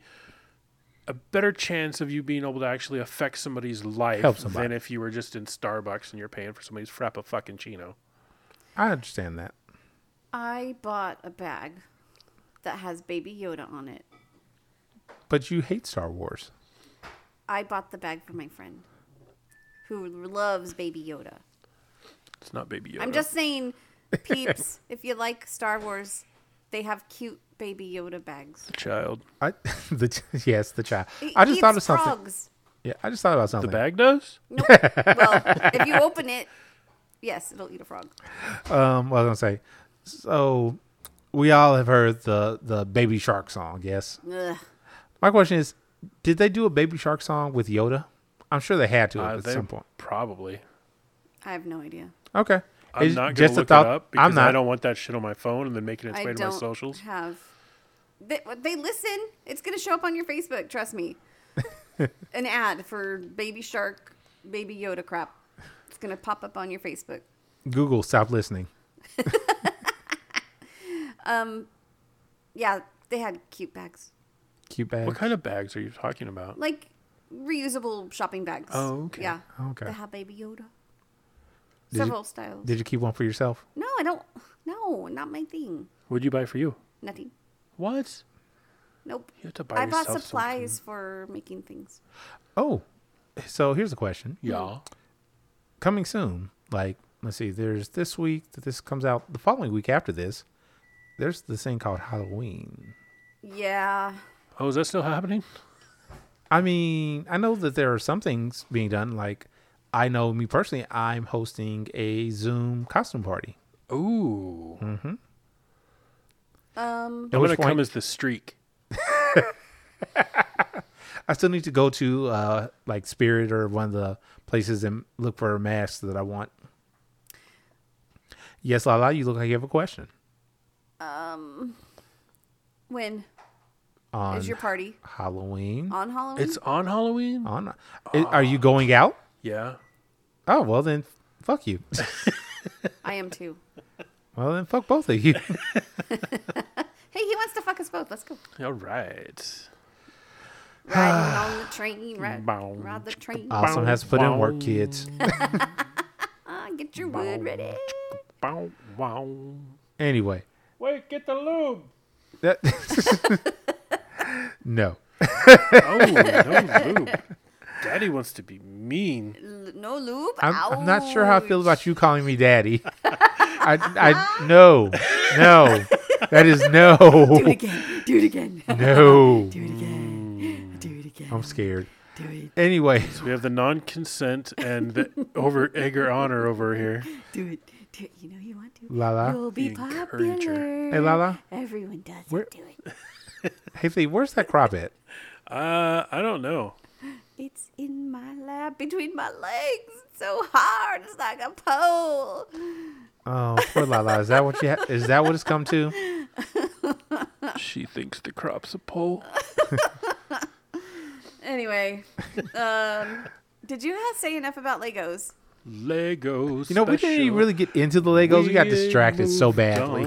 a better chance of you being able to actually affect somebody's life Help somebody. than if you were just in Starbucks and you're paying for somebody's frappa fucking chino. I understand that. I bought a bag that has Baby Yoda on it. But you hate Star Wars. I bought the bag for my friend who loves Baby Yoda. It's not baby Yoda. I'm just saying, peeps, if you like Star Wars, they have cute Baby Yoda bags. child. I the ch- yes, the child. He I just thought of eats something. frogs. Yeah, I just thought about The something. bag does. Nope. well, if you open it, yes, it'll eat a frog. Um, what was I gonna say? So we all have heard the the Baby Shark song, yes. Ugh. My question is, did they do a Baby Shark song with Yoda? I'm sure they had to Uh, at they- some point. Probably. I have no idea. Okay. I'm It's not gonna just a look thought- it up because I'm not. I don't want that shit on my phone and then making its I way don't to my socials. have. They, they listen. It's gonna show up on your Facebook. Trust me. An ad for Baby Shark, Baby Yoda crap. It's gonna pop up on your Facebook. Google, stop listening. Yeah, they had cute bags, Cute bag. What kind of bags are you talking about? like reusable shopping bags. Oh, okay. Yeah. Okay. They have Baby Yoda. you- Several styles. Did you keep one for yourself? no, I don't. No, not my thing. What'd you buy for you? Nothing. What? Nope. You have to buy I bought yourself supplies for making things. Oh. So here's a question. Yeah. coming soon. Like, let's see, there's this week that this comes out. The following week after this, there's this thing called Halloween. Yeah. Oh, is that still happening? I mean, I know that there are some things being done. Like, I know me personally, I'm hosting a Zoom costume party. Ooh. I'm Um. At gonna which come point, as the streak. I still need to go to uh, like Spirit or one of the places and look for masks that I want. Yes, Lala, you look like you have a question. When is On your party? Halloween? On Halloween? It's on Halloween. on, are you going out? Yeah. Oh well, then fuck you. I am too. Well, then fuck both of you. Hey, he wants to fuck us both. Let's go. All right. Riding on the train. Ride, Bow. ride the train. awesome has to put in work, kids. Ah, get your wood ready. Bow, wow. Anyway, Wait, get the lube. that no. Oh, no lube. Daddy wants to be mean. L- No lube. I'm, I'm not sure how I feel Ouch. about you calling me daddy. I, I no no That is no. Do it again. Do it again. No. Mm. Do it again. Do it again. I'm scared. Do it. Anyway, We have the non-consent and the over Edgar honor over here. Do it. Do it. You know you want to. Lala. You'll be Encourager. popular. Hey, Lala. Everyone does Where- it. Do it. Haley, where's that crop at? Uh, I don't know. It's in my lap between my legs. It's so hard. It's like a pole. Oh, poor Lala. Is that what you? Ha- is that what it's come to? She thinks the crop's a pole. Anyway, um, did you guys say enough about Legos? Legos. You know, we didn't even really get into the Legos. We got distracted so badly.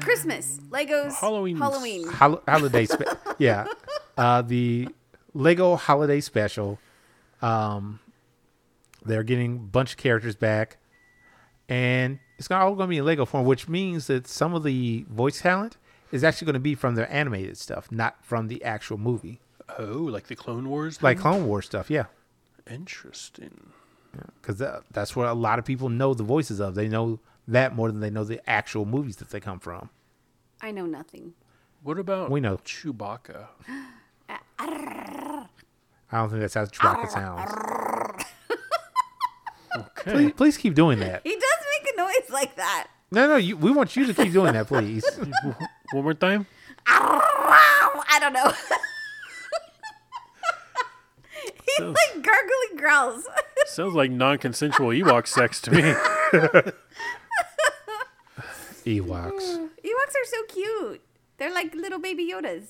Christmas, Legos, Halloween. Halloween. Hol- holiday, spe- yeah. Uh, the Lego holiday special. Um, they're getting a bunch of characters back, and it's all going to be in Lego form, which means that some of the voice talent is actually going to be from their animated stuff, not from the actual movie, Oh, like the Clone Wars. like Clone Wars stuff. Yeah, interesting. because that, that's where a lot of people know the voices of. They know that more than they know the actual movies that they come from. I know nothing. What about We know. Chewbacca? I don't think that's how Chewbacca sounds. Okay. Please keep doing that. He does make a noise like that. No, no, you, we want you to keep doing that, please. One more time. I don't know. He's like gargling growls. Sounds like non-consensual Ewok sex to me. Ewoks. Ewoks are so cute. They're like little baby Yodas.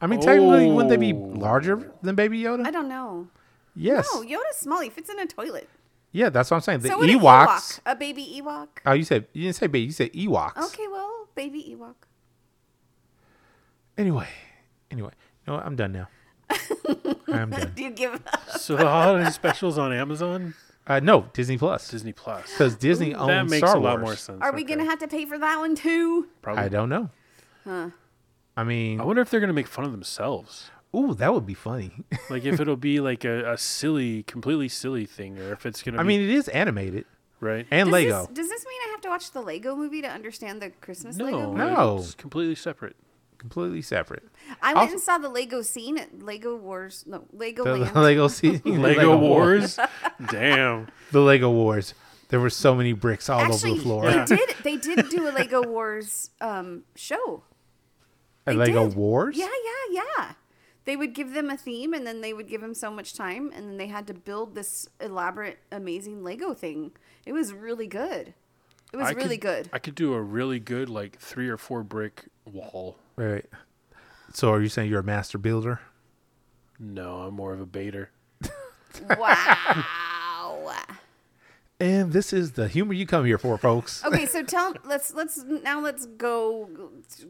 I mean, technically, wouldn't they be Oh. larger than Baby Yoda? I don't know. yes. No, Yoda's small. He fits in a toilet. Yeah, that's what I'm saying. The so would an Ewoks. Ewok. A baby Ewok. Oh, you said you didn't say baby. You said Ewoks. Okay, well, baby Ewok. Anyway, anyway, you know what? I'm done now. I'm done. Do you give up? so the holiday specials on Amazon, Uh, no, Disney Plus Disney Plus. because Disney owns That makes Star a lot Wars. more sense. Are we Okay. going to have to pay for that one too? Probably. I don't know. I mean, I wonder if they're gonna make fun of themselves. ooh, that would be funny. Like if it'll be like a, a silly, completely silly thing, or if it's gonna. I be, mean, it is animated right? and Does Lego. This, does this mean I have to watch the Lego movie to understand the Christmas Lego no, movie? No. it's completely separate. completely separate. I went Also- and saw the Lego scene at Lego Wars. No, Lego The Land. Lego se- Lego War- Wars. Damn. The Lego Wars. There were so many bricks all over Actually, the floor. they did. They did do a Lego Wars um, show. At They Lego did. Wars? Yeah, yeah, yeah. They would give them a theme, and then they would give them so much time, and then they had to build this elaborate, amazing Lego thing. It was really good. It was I really could, good. I could do a really good like three or four brick wall. Right, Right. So are you saying you're a master builder? No, I'm more of a baiter. wow. And this is the humor you come here for, folks. Okay, so tell let's let's now let's go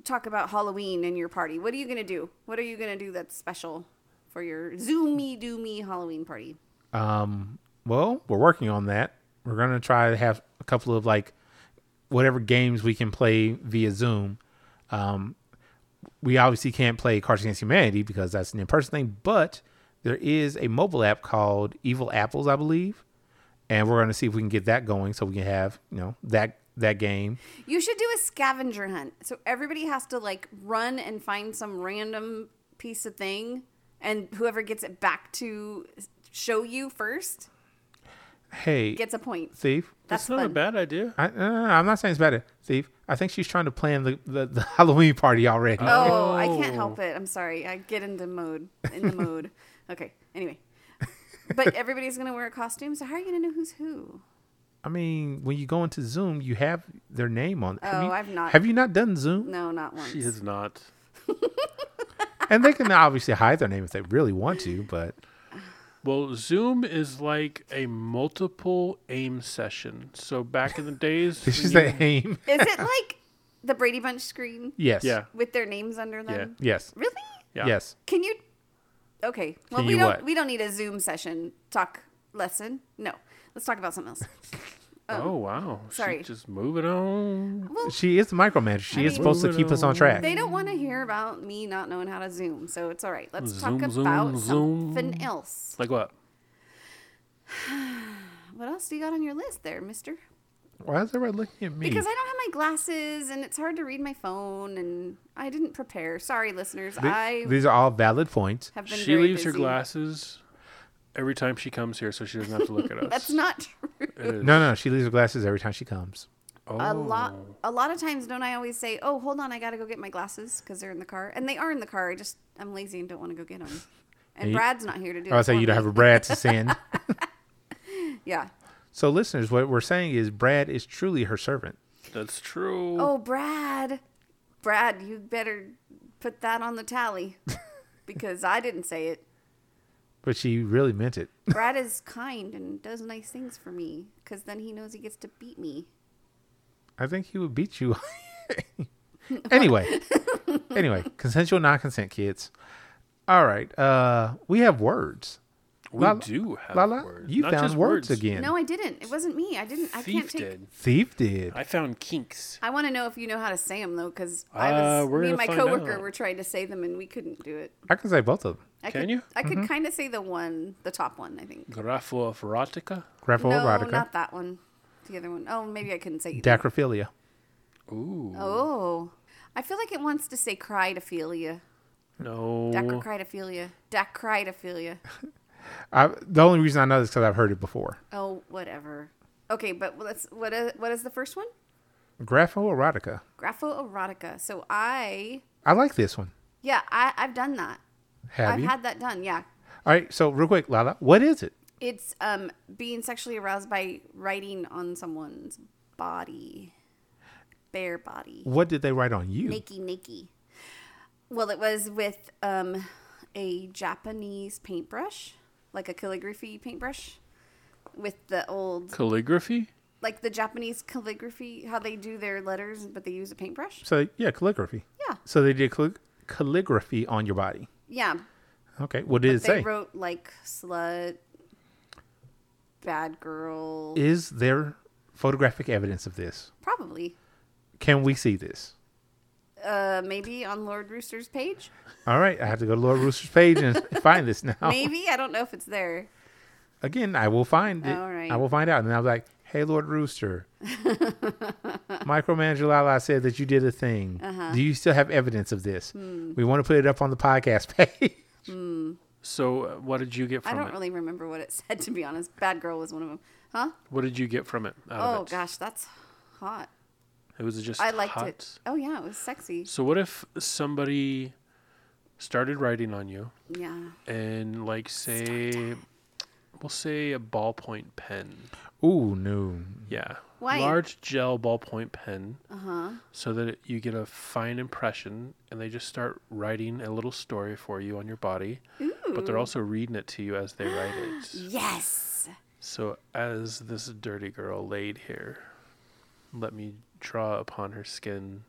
talk about Halloween and your party. What are you gonna do? What are you gonna do that's special for your zoomy doomy Halloween party? Um, well, we're working on that. We're gonna try to have a couple of like whatever games we can play via Zoom. Um, we obviously can't play Cards Against Humanity because that's an in-person thing, but there is a mobile app called Evil Apples, I believe, and we're gonna see if we can get that going so we can have you know that that game. You should do a scavenger hunt. So everybody has to like run and find some random piece of thing, and whoever gets it back to show you first Hey, gets a point. thief. That's That's not a fun. bad idea. I, no, no, no, I'm not saying it's bad, Steve. I think she's trying to plan the, the, the Halloween party already. Oh, I can't help it. I'm sorry. I get into mode in the mode. Okay. Anyway. But everybody's gonna wear a costume, so how are you gonna know who's who? I mean, when you go into Zoom, you have their name on. have Oh, you- I've not. Have you not done Zoom? No, not once. She is not. And they can obviously hide their name if they really want to, but Well, Zoom is like a multiple aim session. So back in the days, this when is you- the aim. Is it like the Brady Bunch screen Yes. yeah, with their names under them? Yes. Really? yeah, Yes. Can you? Okay. Well, Can we you don't. what? We don't need a Zoom session talk lesson. No. Let's talk about something else. Oh wow, She Sorry. just moving on. Well, She is the micromanager. She is mean- supposed to keep us on track. they don't want to hear about me not knowing how to Zoom, so it's all right. Let's talk Zoom, Zoom, about Zoom. something else. Like what? What else do you got on your list there, Mister? Why is everybody looking at me? Because I don't have my glasses and it's hard to read my phone and I didn't prepare. Sorry, listeners. The- I These are all valid points. have been She very leaves her busy. glasses every time she comes here, so she doesn't have to look at us. That's not true. It is- No, no, she leaves her glasses every time she comes. A Oh. lot a lot of times don't I always say, "Oh, hold on, I got to go get my glasses because they're in the car." And they are in the car. I just I'm lazy and don't want to go get them. And you- Brad's not here to do Oh, I it would say for you don't me. have a Brad to send. Yeah. so, listeners, what we're saying is Brad is truly her servant. That's true. Oh, Brad. Brad, you better put that on the tally because I didn't say it. But she really meant it. Brad is kind and does nice things for me because then he knows he gets to beat me. I think he would beat you. anyway, anyway, consensual non-consent, kids. All right, uh, we have words. we Lala- do have Lala, words. you Not found just words, again. No, I didn't. It wasn't me. I didn't. I Thief can't take. did. Thief did. I found kinks. I want to know if you know how to say them though, because I was Uh, we're me and gonna my find coworker out. were trying to say them and we couldn't do it. I can say both of them. I Can could, you? I Mm-hmm. could kind of say the one, the top one, I think. Graphophorotica? Grapho no, erotica, not that one. The other one. Oh, maybe I couldn't say. either. dacrophilia. Ooh. Oh, I feel like it wants to say cridophilia. No. Dacrocridophilia. Dacridophilia. I, the only reason I know this because I've heard it before. Oh, whatever. Okay, but let's. What is, what is the first one? Graphoerotica. Graphoerotica. So I, I like this one. yeah, I, I've done that. Have I've you? had that done. Yeah, All right. So real quick, Lala, what is it? it's um being sexually aroused by writing on someone's body, bare body, What did they write on you? nakey nakey. Well, it was with um a Japanese paintbrush, like a calligraphy paintbrush, with the old Calligraphy? like the Japanese calligraphy, how they do their letters, but they use a paintbrush. So yeah, calligraphy. Yeah. So they did calli- calligraphy on your body. Yeah, Okay. What did it they say? wrote like slut, bad girl, is there photographic evidence of this? probably. Can we see this? Uh, maybe on Lord Rooster's page. All right, I have to go to Lord Rooster's page and find this Oh. now. Maybe I don't know if it's there. Again, I will find it. All right. I will find out, and I'll be like, "Hey, Lord Rooster, Micromanager Lala said that you did a thing. Uh-huh. Do you still have evidence of this? Hmm. We want to put it up on the podcast page." So, uh, what did you get I from don't it? really remember what it said to be honest. Bad girl was one of them, huh? What did you get from it? out of Oh it? gosh, that's hot. It was just I liked hot. it. Oh yeah, it was sexy. So, what if somebody started writing on you Yeah. and, like, say, we'll say a ballpoint pen? Ooh, no. Yeah. Why? Uh-huh. Large gel ballpoint pen. So that it, you get a fine impression, and they just start writing a little story for you on your body. But they're also reading it to you as they write it. Yes. So, as this dirty girl laid here, let me draw upon her skin.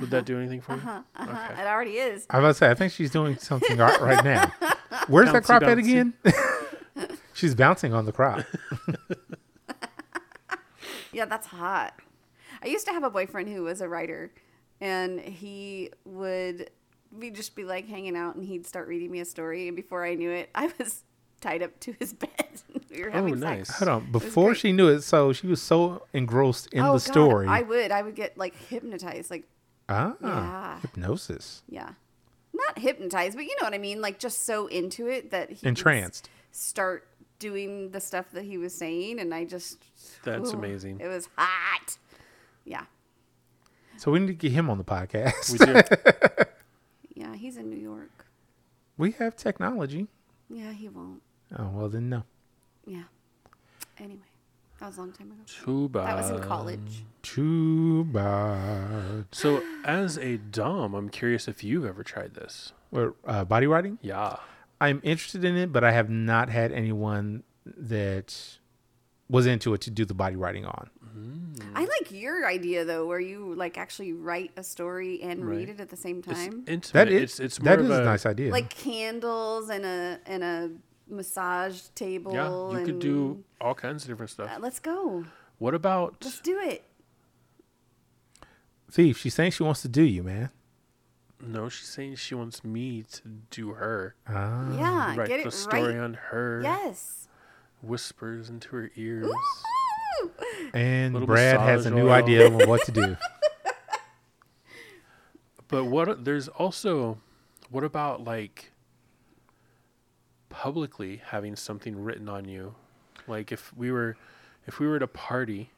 Would that Uh-huh. do anything for you? It already is. I was about to say, I think she's doing something right right now. Where's that Bouncy, crop at bouncy. again? she's bouncing on the crop. Yeah, that's hot. I used to have a boyfriend who was a writer, and he would we'd just be like hanging out, and he'd start reading me a story, and before I knew it, I was tied up to his bed. we Oh, were having sex. nice. Hold on. Before she knew it, so she was so engrossed in Oh, the God, story. I would. I would get like hypnotized. Like, ah, Yeah. hypnosis. yeah, not hypnotized, but you know what I mean. Like, just so into it that he would Entranced. Start doing the stuff that he was saying, and I just That's Ooh, amazing. It was hot. Yeah, So we need to get him on the podcast. We do. yeah. He's in New York. we have technology. Yeah, he won't. Oh well, then no. Yeah. Anyway, that was a long time ago. Too bad. That was in college. Too bad. So, as a Dom, I'm curious if you've ever tried this. Or, uh, body writing. Yeah. I'm interested in it, but I have not had anyone that was into it to do the body writing on. I Um, like your idea though, where you like actually write a story and read Right. it at the same It's time, intimate. That is it's, it's more that of is a, a nice idea. like candles and a and a massage table. Yeah, you and... could do all kinds of different Uh, stuff. Let's go. What about Let's do it. Thief, she's saying she wants to do you, man. No, she's saying she wants me to do her. yeah, Mm, write Uh, get the it story right. on her. Yes. Whispers into her ears. And Little Brad has a massage new oil. idea on what to do. But what there's also what about like publicly having something written on you? Like if we were if we were at a party,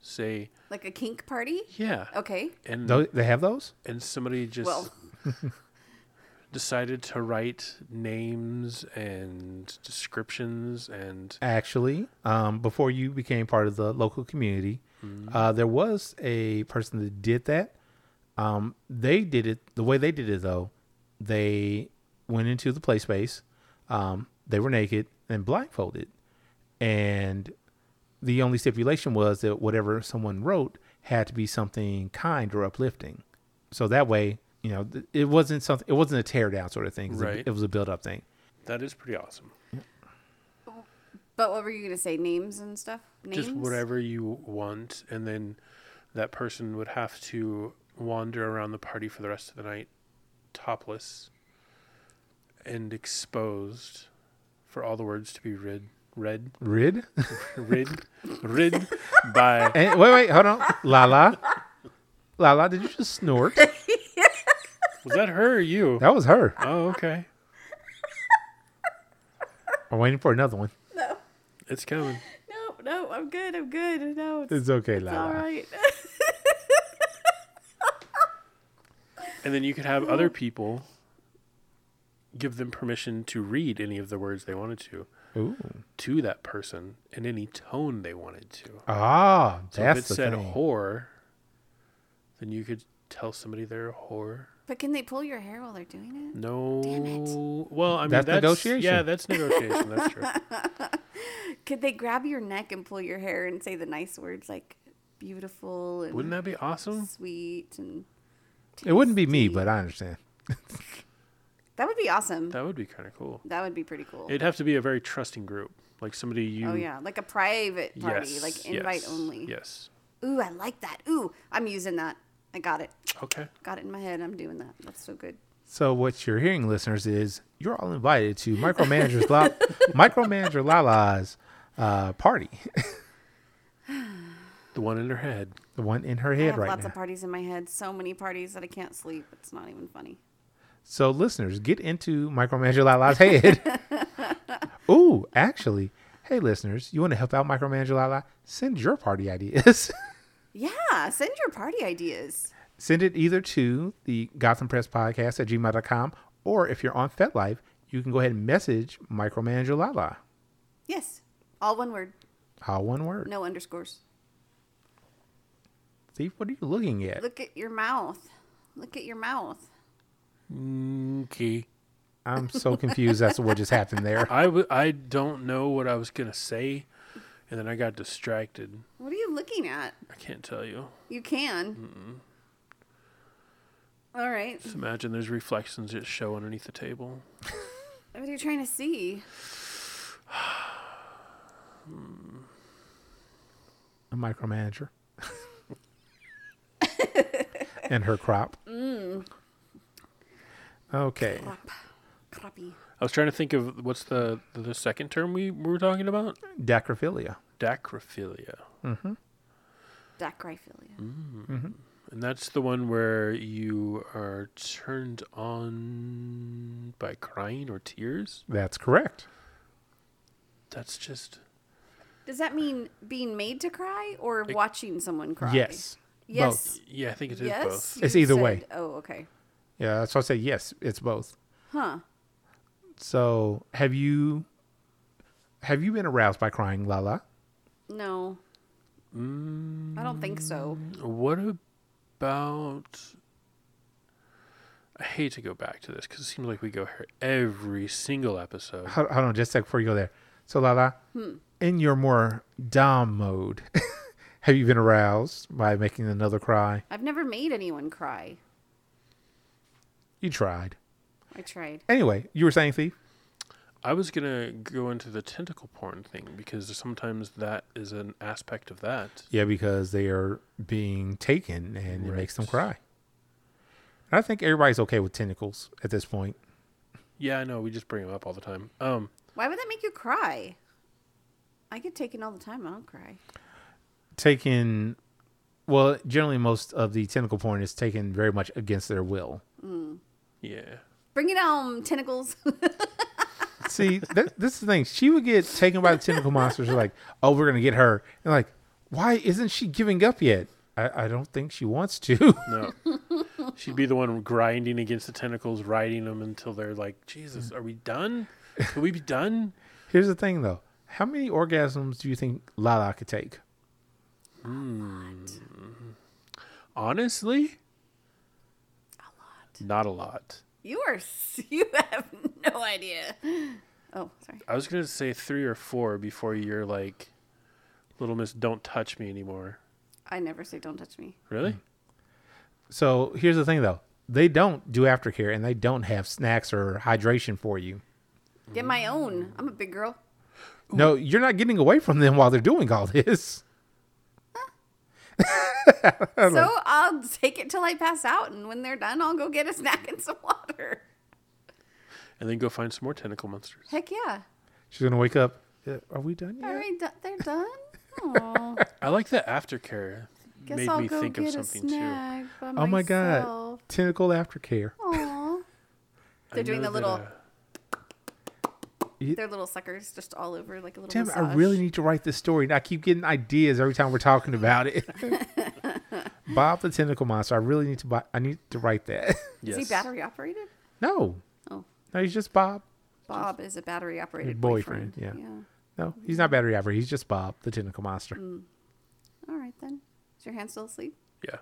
say, Like a kink party? yeah. Okay. And Tho- they have those? and somebody just Well. decided to write names and descriptions and Actually, um, before you became part of the local community, uh, there was a person that did that. Um, they did it the way they did it, though. They went into the play space. Um, they were naked and blindfolded, and the only stipulation was that whatever someone wrote had to be something kind or uplifting. So that way, you know, th- it wasn't something. It wasn't a tear down sort of thing. It was a- Right. It was a build up thing. that is pretty awesome. But what were you gonna say? Names and stuff? Names? Just whatever you want and then that person would have to wander around the party for the rest of the night topless and exposed for all the words to be read read Rid. read read by And Eh, wait, wait, hold on. Lala. Lala, did you just snort? was that her or you? That was her. Oh, okay. I'm waiting for another one. It's coming. No, no, I'm good, I'm good. No, it's, It's okay, all Lala. right. And then you could have Oh. other people give them permission to read any of the words they wanted to Ooh. to that person in any tone they wanted to. Ah, So if that's it the said thing. whore, then you could tell somebody they're a whore. but can they pull your hair while they're doing it? No. Well, I mean, That's that's, Yeah, negotiation. that's negotiation. that's true. Could they grab your neck and pull your hair and say the nice words like beautiful and Wouldn't that be awesome? sweet and it wouldn't be me, but I understand. that would be awesome. That would be kind of cool. That would be pretty cool. It'd have to be a very trusting group, like somebody you. oh yeah, like a private party, mm. Yes, like invite yes, only. Yes. Ooh, I like that. Ooh, I'm using that. I got it. Okay. Got it in my head. I'm doing that. That's so good. So what you're hearing, listeners, is you're all invited to Micromanager's La- Micromanager Lala's uh, party. The one in her head. The one in her I head have right lots now. of parties in my head. So many parties that I can't sleep. It's not even funny. So, listeners, get into Micromanager Lala's head. Ooh, actually, hey, listeners, you want to help out Micromanager Lala? Send your party ideas. Yeah, send your party ideas. Send it either to the Gotham Press Podcast at gmail.com, or if you're on FetLife, you can go ahead and message Micromanager Lala. Yes, all one word, All one word. no underscores. Steve, what are you looking at? Look at your mouth. Look at your mouth. Okay. I'm so confused as to what just happened there. I, w- I don't know what I was going to say, and then I got distracted. What are you looking at? I can't tell you. You can. All right. Just imagine there's reflections that show underneath the table. What are you trying to see? A micromanager. and her crop. Mm. Okay. Crappy. I was trying to think of what's the the second term we were talking about? Dacrophilia. Dacrophilia. Dacryphilia. Mm. And that's the one where you are turned on by crying or tears. That's correct. That's just Does that mean being made to cry or watching someone cry? Yes. Yes. yeah, I think it is Yes. both. you It's either way. said- Oh, okay. Yeah, that's why I say yes, it's both. Huh. So have you have you been aroused by crying, Lala? No. I don't think so. What about I hate to go back to this cuz it seems like we go here every single episode. hold, hold on just a sec before you go there. So Lala, in your more dom mode, have you been aroused by making another cry? I've never made anyone cry. You tried. I tried. Anyway, you were saying thief. I was going to go into the tentacle porn thing because sometimes that is an aspect of that. Yeah, because they are being taken and it makes them Right. cry. And I think everybody's okay with tentacles at this point. Yeah, I know. We just bring them up all the time. Um, Why would that make you cry? I get taken all the time. I don't cry. taken well generally most of the tentacle porn is taken very much against their will Yeah. Bring it on, tentacles. see th- this is the thing she would get taken by the tentacle monsters like oh we're gonna get her and like why isn't she giving up yet i, I don't think she wants to No. She'd be the one grinding against the tentacles, riding them until they're like, Jesus, are we done? Will we be done? here's the thing though how many orgasms do you think lala could take Honestly? A lot. Not a lot. you are. s- You have no idea. Oh, sorry. I was going to say three or four before you're like, Little Miss, don't touch me anymore. I never say don't touch me. Mm. Really? so here's the thing though they don't do aftercare and they don't have snacks or hydration for you Get my Mm. own. I'm a big girl. No, you're not getting away from them while they're doing all this. So I'll take it till I pass out, and when they're done, I'll go get a snack and some water. And then go find some more tentacle monsters. Heck yeah. She's gonna wake up. "Uh, Are we done yet? All right, do- they're done. Oh, I like the aftercare. guess Made I'll me go think get of a something too. snack by Oh my myself. Oh, god, tentacle aftercare. Aw. I They're doing know the little- that, uh, They're little suckers just all over, like a little Damn, I massage. really need to write this story. and I keep getting ideas every time we're talking about it. Bob the tentacle monster. I really need to buy. I need to write that. Is yes. he battery operated? no, Oh, no, he's just Bob. Bob is a battery operated boyfriend, yeah. No, he's not battery average. He's just Bob the tentacle monster. Mm. All right then. Is your hand still asleep? Yeah.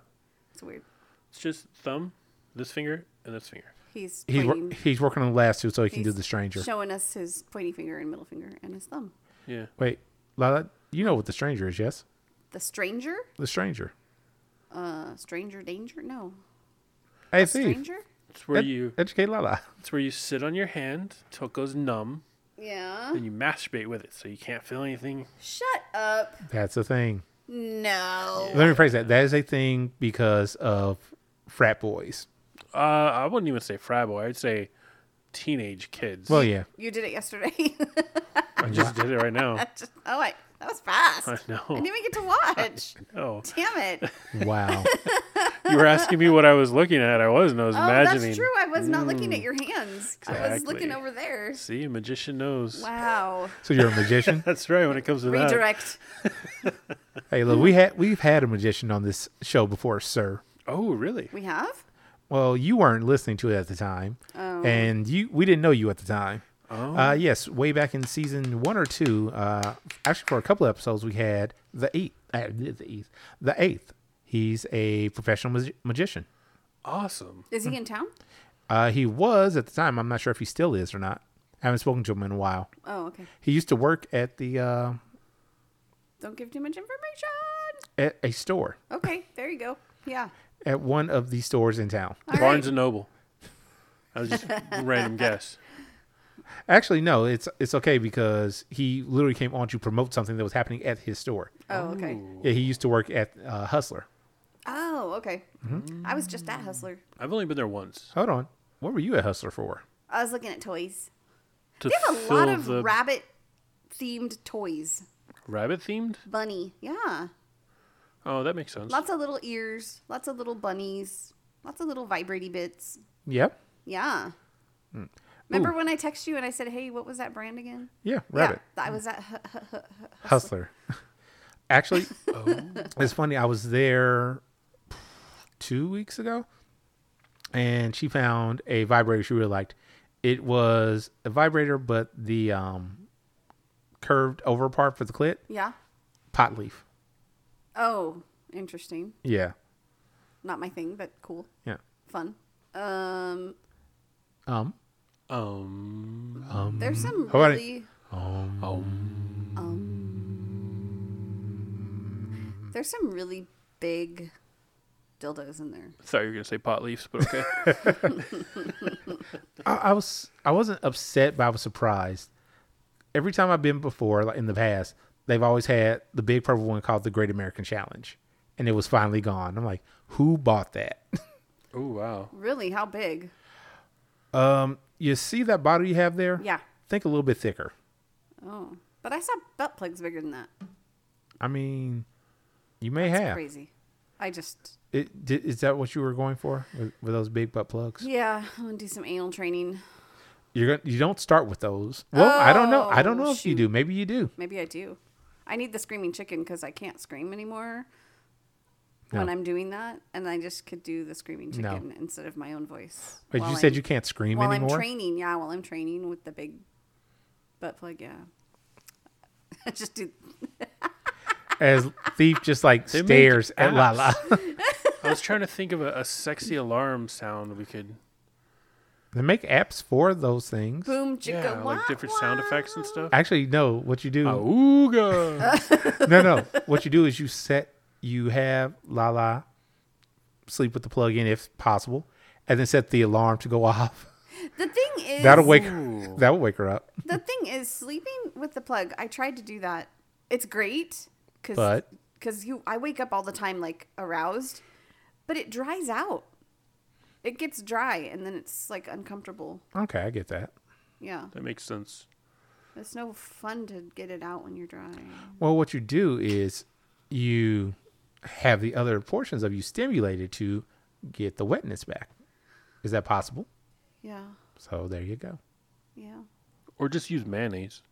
It's weird. It's just thumb, this finger, and this finger. He's He's wor- pointing- he's working on the last two so he can do he's the stranger. Showing us his pointy finger and middle finger and his thumb. Yeah. Wait, Lala, you know what the stranger is? Yes, The stranger? the stranger. Uh, stranger danger? No. Hey, thief. Stranger? It's where Ed- you educate Lala. it's where you sit on your hand till it goes numb, Yeah. and you masturbate with it so you can't feel anything. Shut up. That's a thing. No. Let me phrase that. That is a thing because of frat boys. Uh, I wouldn't even say frat boy. I'd say teenage kids. Well, yeah. You did it yesterday. I just did it right now. Just- oh, wait. That was fast. I I know. didn't even get to watch. Oh, Damn it. Wow. you were asking me what I was looking at. I wasn't. I was Oh, imagining. Mm. that's true. I was not looking at your hands. I was looking Exactly. over there. See, a magician knows. Wow. so you're a magician? That's right. When it comes to that. Redirect. hey, look, we had we've had a magician on this show before, sir. Oh, really? We have? Well, you weren't listening to it at the time, and you we didn't know you at the time. Oh. Uh, yes, way back in season one or two, uh, actually for a couple episodes, we had the eighth, uh, the eighth, the eighth. He's a professional mag- magician. Awesome. Is he in town? Uh, he was at the time. I'm not sure if he still is or not. I haven't spoken to him in a while. Oh, okay. He used to work at the uh, Don't give too much information. at a store Okay, there you go. Yeah. at one of the stores in town. All Barnes right. and Noble. I was just random guess. Actually, no, it's it's okay because he literally came on to promote something that was happening at his store. Oh, okay. Yeah, he used to work at uh, Hustler. Oh, okay. Mm. I was just at Hustler. I've only been there once. Hold on, what were you at Hustler for? I was looking at toys. To They have a lot fill of the rabbit themed toys. rabbit themed. Bunny. Yeah. Oh, that makes sense. Lots of little ears, lots of little bunnies, lots of little vibraty bits. Yep. Yeah. Hmm. Remember when I texted you and I said, hey, what was that brand again? Yeah, Rabbit Yeah, I was at Hu- Hu- Hu- Hustler. Actually, Oh. it's funny. I was there two weeks ago, and she found a vibrator she really liked. It was a vibrator, but the um, curved over part for the clit, Yeah. pot leaf. Oh, interesting. Yeah, Not my thing, but cool. yeah. Fun. Um, Um, Um, there's some How about it? really. Um, there's some really big dildos in there. thought you were gonna say pot leaves, but okay. I, I was I wasn't upset, but I was surprised. Every time I've been before, like in the past, they've always had the big purple one called the Great American Challenge, and it was finally gone. I'm like, who bought that? oh wow. Really, how big? Um, you see that bottle you have there? Yeah. Think a little bit thicker. Oh, but I saw butt plugs bigger than that. I mean, You may It's have. crazy. I just It, di- is that what you were going for with, with those big butt plugs? yeah, I'm gonna do some anal training. You're gonna, you don't start with those. Well, I don't know. I don't Oh, know if you shoot. do. Maybe you do. Maybe I do. I need the screaming chicken because I can't scream anymore when No. I'm doing that, and I just could do the screaming chicken instead of my own voice. But while you said I'm- you can't scream while anymore. I'm training. Yeah, while I'm training with the big butt plug. Yeah, I just do. As thief just like They make stares at Lala. I was trying to think of a, a sexy alarm sound we could. they make apps for those things. Boom, chicka, Yeah, like wah, different wah. sound effects and stuff. Actually, no. What you do? Oh. Ooga. No, no. What you do is you set. You have Lala sleep with the plug in if possible, and then set the alarm to go off. The thing is, That'll wake. That'll wake her up. The thing is, sleeping with the plug. I tried to do that. It's great, cause But? 'cause you I wake up all the time like aroused, but it dries out. It gets dry and then it's like uncomfortable. Okay, I get that. Yeah, that makes sense. it's no fun to get it out when you're dry. Well, what you do is you have the other portions of you stimulated to get the wetness back. Is that possible? Yeah, So there you go. yeah. Or just use mayonnaise.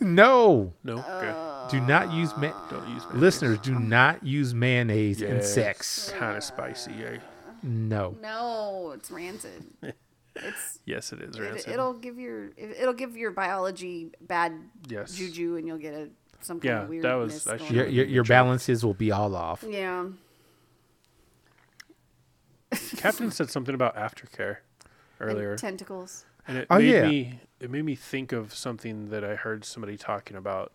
No, No, Oh. do not use ma- don't use mayonnaise. listeners. Do not use mayonnaise in Yes. sex. Kind of spicy. eh? Yeah. No, No, it's rancid. it's Yes, it is. it, rancid. it'll give your it- it'll give your biology bad Yes. juju and you'll get a some kind Yeah, of that was weirdness. That was actually- your your, your balances will be all off. yeah. Captain said something about aftercare earlier. And tentacles. And it Oh, made yeah. me it made me think of something that I heard somebody talking about,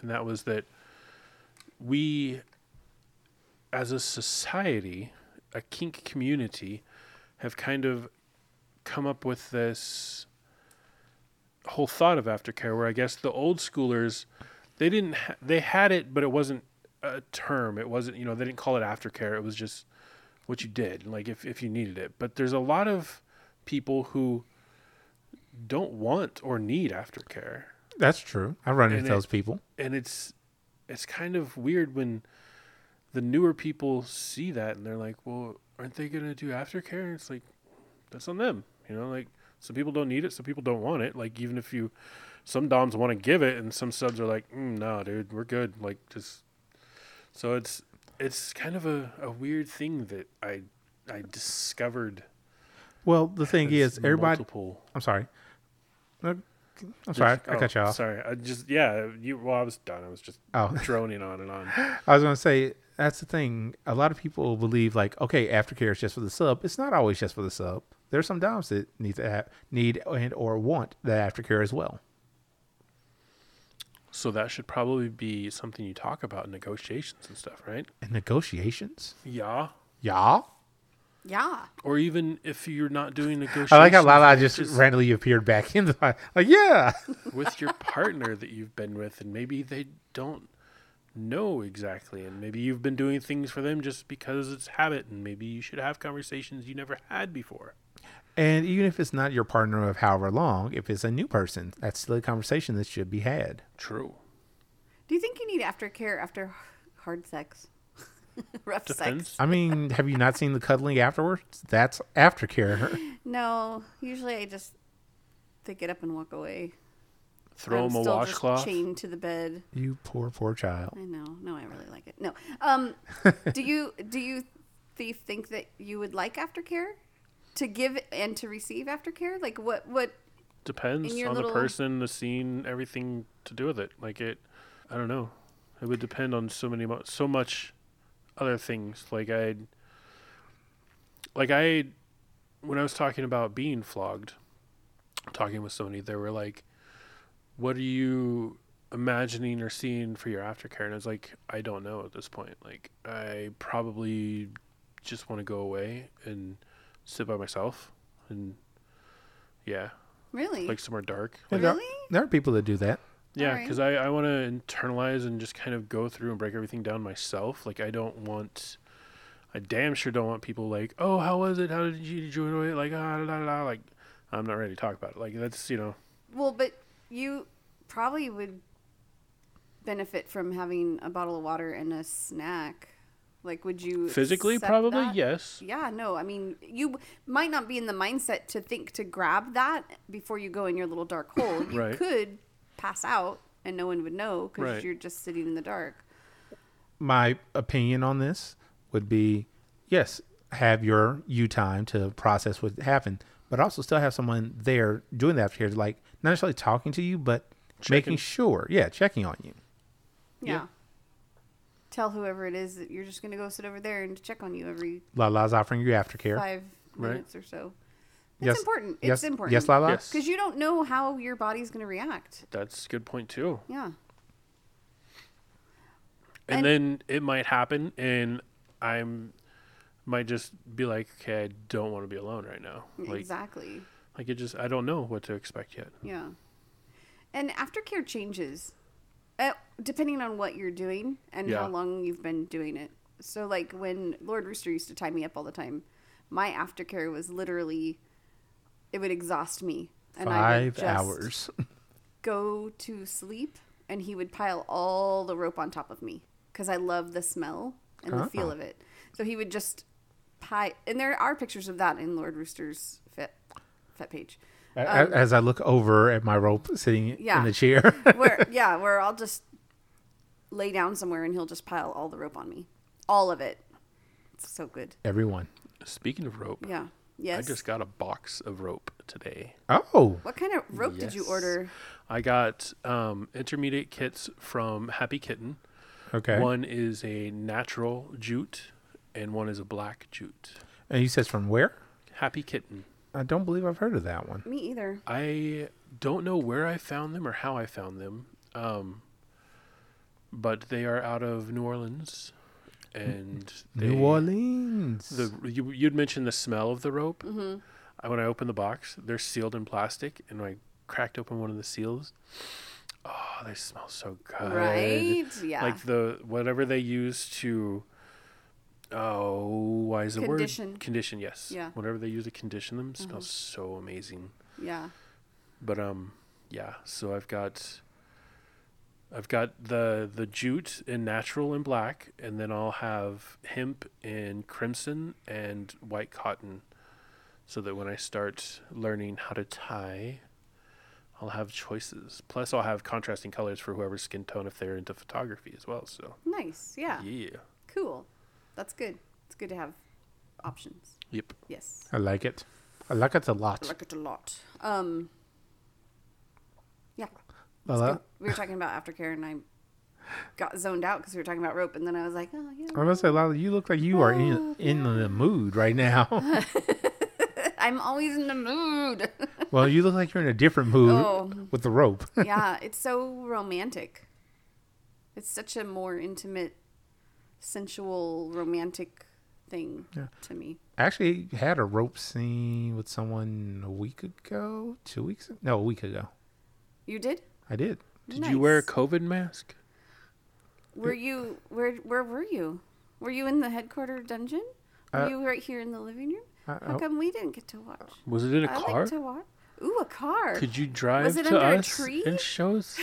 and that was that we as a society, a kink community, have kind of come up with this whole thought of aftercare where I guess the old schoolers they didn't ha- they had it but it wasn't a term it wasn't you know they didn't call it aftercare it was just what you did like if, if you needed it but there's a lot of people who don't want or need aftercare. That's true. I run into And it- those people. And it's it's kind of weird when the newer people see that and they're like, "Well, aren't they going to do aftercare?" It's like that's on them, you know, like some people don't need it, some people don't want it. Like even if you some doms want to give it and some subs are like, mm, "No, dude, we're good." Like just so it's it's kind of a, a weird thing that I I discovered Well, the thing as is, everybody. multiple I'm sorry. No, I'm sorry. I Oh, cut you off. Sorry, I just yeah. You well, I was done. I was just Oh. droning on and on. I was going to say that's the thing. A lot of people believe like, okay, aftercare is just for the sub. It's not always just for the sub. There's some doms that need to have, need and or want the aftercare as well. So that should probably be something you talk about in negotiations and stuff, right? And negotiations, Yeah. y'all. Yeah. Or even if you're not doing negotiations, I like how Lala just, just- randomly appeared back in the like, yeah. with your partner that you've been with, and maybe they don't know exactly, and maybe you've been doing things for them just because it's habit, and maybe you should have conversations you never had before. And even if it's not your partner of however long, if it's a new person, that's still a conversation that should be had. True. Do you think you need aftercare after hard sex? Rough Depends. sex? I mean, have you not seen the cuddling afterwards? That's aftercare. No. Usually I just pick it up and walk away. Throw I'm them a still washcloth. Just chained to the bed. You poor, poor child. I know. No, I really like it. No. Um, do you do you thief think that you would like aftercare? To give and to receive aftercare? Like what what depends in your on little- the person, the scene, everything to do with it. Like it, I don't know. It would depend on so many, mo- so much other things. Like I, like I, when I was talking about being flogged, talking with somebody, they were like, "What are you imagining or seeing for your aftercare?" And I was like, "I don't know at this point. Like I probably just want to go away and sit by myself and." Yeah, really? like somewhere dark. And there- Really? there are people that do that. Yeah, Alright. because I, I want to internalize and just kind of go through and break everything down myself. Like I don't want, I damn sure don't want people like, oh, how was it? How did you, did you enjoy it? Like ah, da, da, da. like I'm not ready to talk about it. Like that's you know Well, but you probably would benefit from having a bottle of water and a snack? Like, would you Physically, accept probably, that? yes. Yeah, no, I mean, you might not be in the mindset to think to grab that before you go in your little dark hole. You Right. could pass out and no one would know because Right. you're just sitting in the dark. my opinion on this would be yes, have your you time to process what happened, but also still have someone there doing the aftercare, like not necessarily talking to you, but making Checking. sure, yeah, checking on you. Yeah. Tell whoever it is that you're just going to go sit over there and check on you every Lala's offering you aftercare. five Right. minutes or so. It's Yes- important. It's yes- important. Yes, Lala. Yes. Because you don't know how your body's going to react. That's a good point too. Yeah. And, And- then it might happen, and I'm might just be like, okay, I don't want to be alone right now. Like, exactly. like it just I don't know what to expect yet. Yeah. And aftercare changes uh, depending on what you're doing and Yeah. how long you've been doing it. So, like when Lord Rooster used to tie me up all the time, my aftercare was literally, it would exhaust me. And I Five would just hours. Go to sleep, and he would pile all the rope on top of me because I love the smell and the feel Oh. of it. So he would just pile, and there are pictures of that in Lord Rooster's fit, fit page. A- a- As I look over at my rope sitting um, Yeah. in the chair, where yeah, where I'll just lay down somewhere and he'll just pile all the rope on me, all of it. It's so good. everyone. Speaking of rope, Yeah. Yes. I just got a box of rope today. Oh, what kind of rope did you Yes. order? I got um, intermediate kits from Happy Kitten. okay. One is a natural jute, and one is a black jute. And you says from where? Happy Kitten. I don't believe I've heard of that one. Me either. I don't know where I found them or how I found them, um, but they are out of New Orleans, and they, New Orleans. The you you'd mentioned the smell of the rope. Mm-hmm. I, when I opened the box, they're sealed in plastic, and when I cracked open one of the seals. Oh, they smell so good. Right? Yeah. Uh, Like the whatever they use to. Oh, why is the Condition. word condition? Yes. Yeah. Mm-hmm. Whatever they use to condition them smells so amazing. yeah. But um, yeah. So I've got, I've got the the jute in natural and black, and then I'll have hemp in crimson and white cotton, so that when I start learning how to tie, I'll have choices. Plus, I'll have contrasting colors for whoever's skin tone if they're into photography as well. So Nice. Yeah. yeah. Cool. That's good. It's good to have options. Yep. Yes. I like it. I like it a lot. I like it a lot. Um Yeah. Lala? We were talking about aftercare and I got zoned out because we were talking about rope and then I was like, oh yeah. I was gonna say, Lala, you look like you are Oh, in in the mood right now. I'm always in the mood. well, you look like you're in a different mood Oh. with the rope. yeah, it's so romantic. It's such a more intimate, sensual, romantic thing to me. I actually had a rope scene with someone a week ago, two weeks ago. no, a week ago. You did? I did. Did you wear a Nice. COVID mask? Were you where? Where were you? Were you in the headquarter dungeon? Were Uh, you right here in the living room? I- How I- come we didn't get to watch? Was it in uh, oh. a I car? like to watch. Ooh, a car. Could you drive it to under a us tree? and show us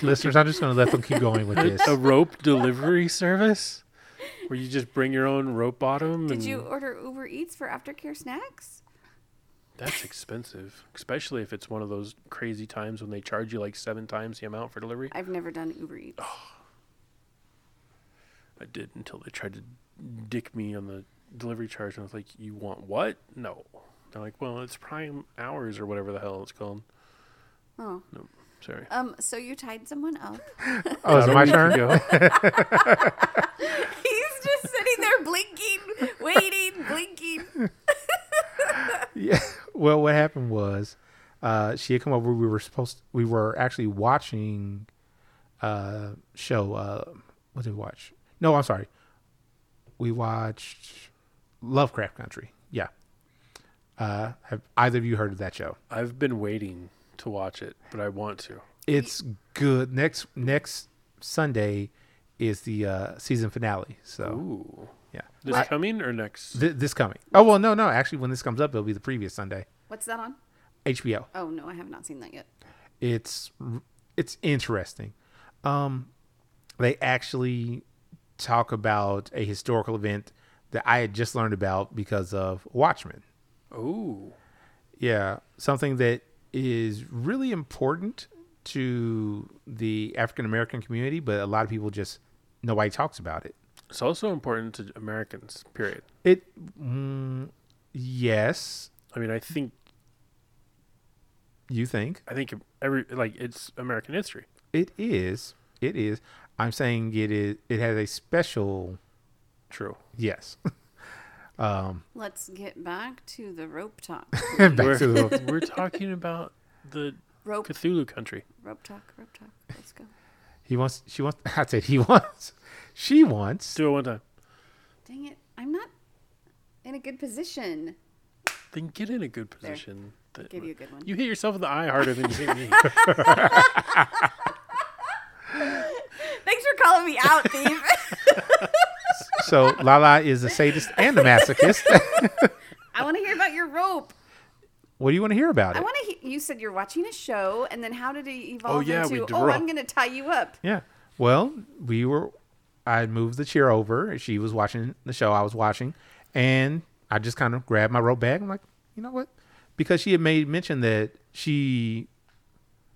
Listeners, I'm just gonna let them keep going with this. a rope delivery service where you just bring your own rope bottom did and you order Uber Eats for aftercare snacks? that's expensive especially if it's one of those crazy times when they charge you like seven times the amount for delivery I've never done Uber Eats. Oh. i did until they tried to dick me on the delivery charge and i was like you want what no they're like well it's prime hours or whatever the hell it's called Oh. no sorry Um, so you tied someone up. Oh, it's About a my week turn. ago, He's just sitting there blinking, waiting, blinking. Yeah. Well, what happened was, uh, she had come over. We were supposed. we were actually watching, uh, show. Uh, what did we watch? No, I'm sorry. We watched Lovecraft Country. Yeah. Uh, have either of you heard of that show? i've been waiting to watch it but i want to It's good. Next next Sunday is the uh, season finale. So ooh yeah, this coming or next Th- this coming. Oh well, no, no. Actually, when this comes up, it'll be the previous Sunday. What's that on? HBO. Oh no, I have not seen that yet. It's r- it's interesting. Um, they actually talk about a historical event that I had just learned about because of Watchmen. Ooh. Yeah, something that is really important to the African American community, but a lot of people just nobody talks about it. It's also important to Americans, period. It, mm, yes, I mean, I think you think I think every like it's American history. it is. It is. I'm saying it is. It has a special. True. Yes. Let's get back to the rope talk. Back We're, to the we're talking about the Rope, Cthulhu country. rope talk, rope talk. Let's go. He wants. She wants. I said he wants. She wants. Do it one time. Dang it, I'm not in a good position. Then get in a good position. That- Give you a good one. You hit yourself in the eye harder than you hit me. Thanks for calling me out, thief. So Lala is a sadist and a masochist. I want to hear about your rope. what do you want to hear about I it? want to. He- you said you're watching a show, and then how did it evolve Oh, yeah, we into? do Oh, rope." I'm going to tie you up. yeah. Well, we were. I moved the chair over. She was watching the show I was watching, and I just kind of grabbed my rope bag. I'm like, you know what? Because she had made mention that she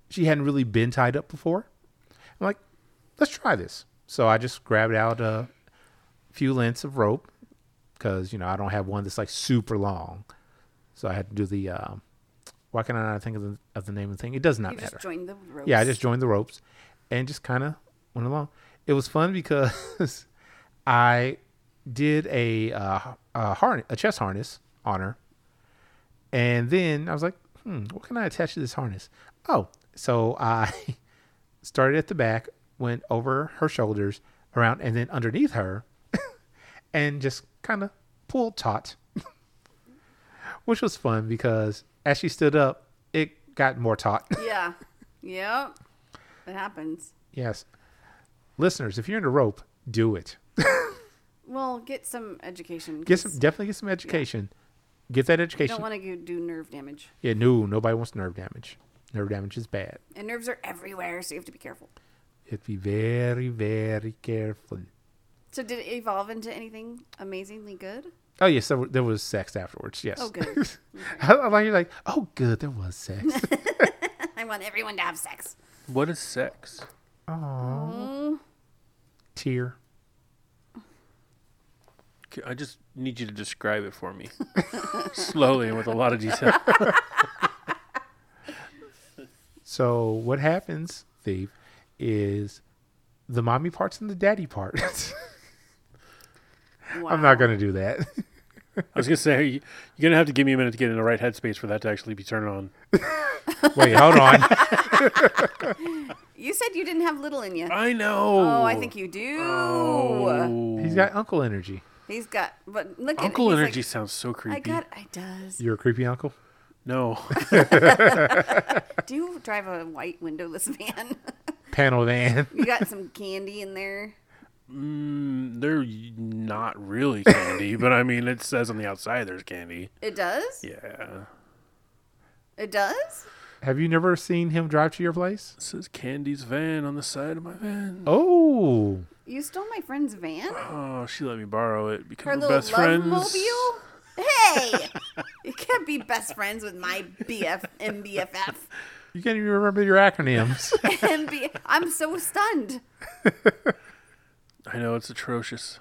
she hadn't really been tied up before. I'm like, let's try this. So I just grabbed out a few lengths of rope because you know I don't have one that's like super long, so I had to do the. Um, why can I not think of the, of the name of the thing? It does not You matter. just joined the rope. Yeah, I just joined the ropes and just kind of went along. It was fun because I did a uh, a, harness, a chest harness on her, and then I was like, "Hmm, what can I attach to this harness?" Oh, so I started at the back, went over her shoulders, around, and then underneath her, and just kind of pulled taut, which was fun because as she stood up, it got more taut. Yeah. Yep. It happens. Yes. Listeners, if you're into rope, do it. Well, get some education. Get 'cause some definitely get some education. Get that you education. don't want to do nerve damage, yeah, no, nobody wants nerve damage. Nerve damage is bad. and nerves are everywhere, so you have to be careful. You have to be very, very careful. So, did it evolve into anything amazingly good? Oh yes, there, wa- there was sex afterwards. Yes. Oh, good. I, I like you're like, oh good, there was sex. I want everyone to have sex. what is sex? Tear. C- I just need you to describe it for me slowly and with a lot of detail. So what happens, thief, is the mommy parts and the daddy part. Wow. I'm not gonna do that. I was gonna say you- you're gonna have to give me a minute to get in the right headspace for that to actually be turned on. Wait, hold on. You said you didn't have little in you. I know. oh, I think you do. He's got uncle energy. He's got, but look at Oh. Uncle he's like, Energy sounds so creepy. I got, I does. You're a creepy uncle? no, Do you drive a white windowless van? Panel van. you got some candy in there. Mm, they're not really candy, but I mean, it says on the outside there's candy. It does. Yeah, It does. Have you never seen him drive to your place? it says Candy's van on the side of my van. Oh, You stole my friend's van. Oh, she let me borrow it because Her we're little best love friends. mobile. Hey, you can't be best friends with my BF MBFF. you can't even remember your acronyms. MB. I'm so stunned. I know it's atrocious.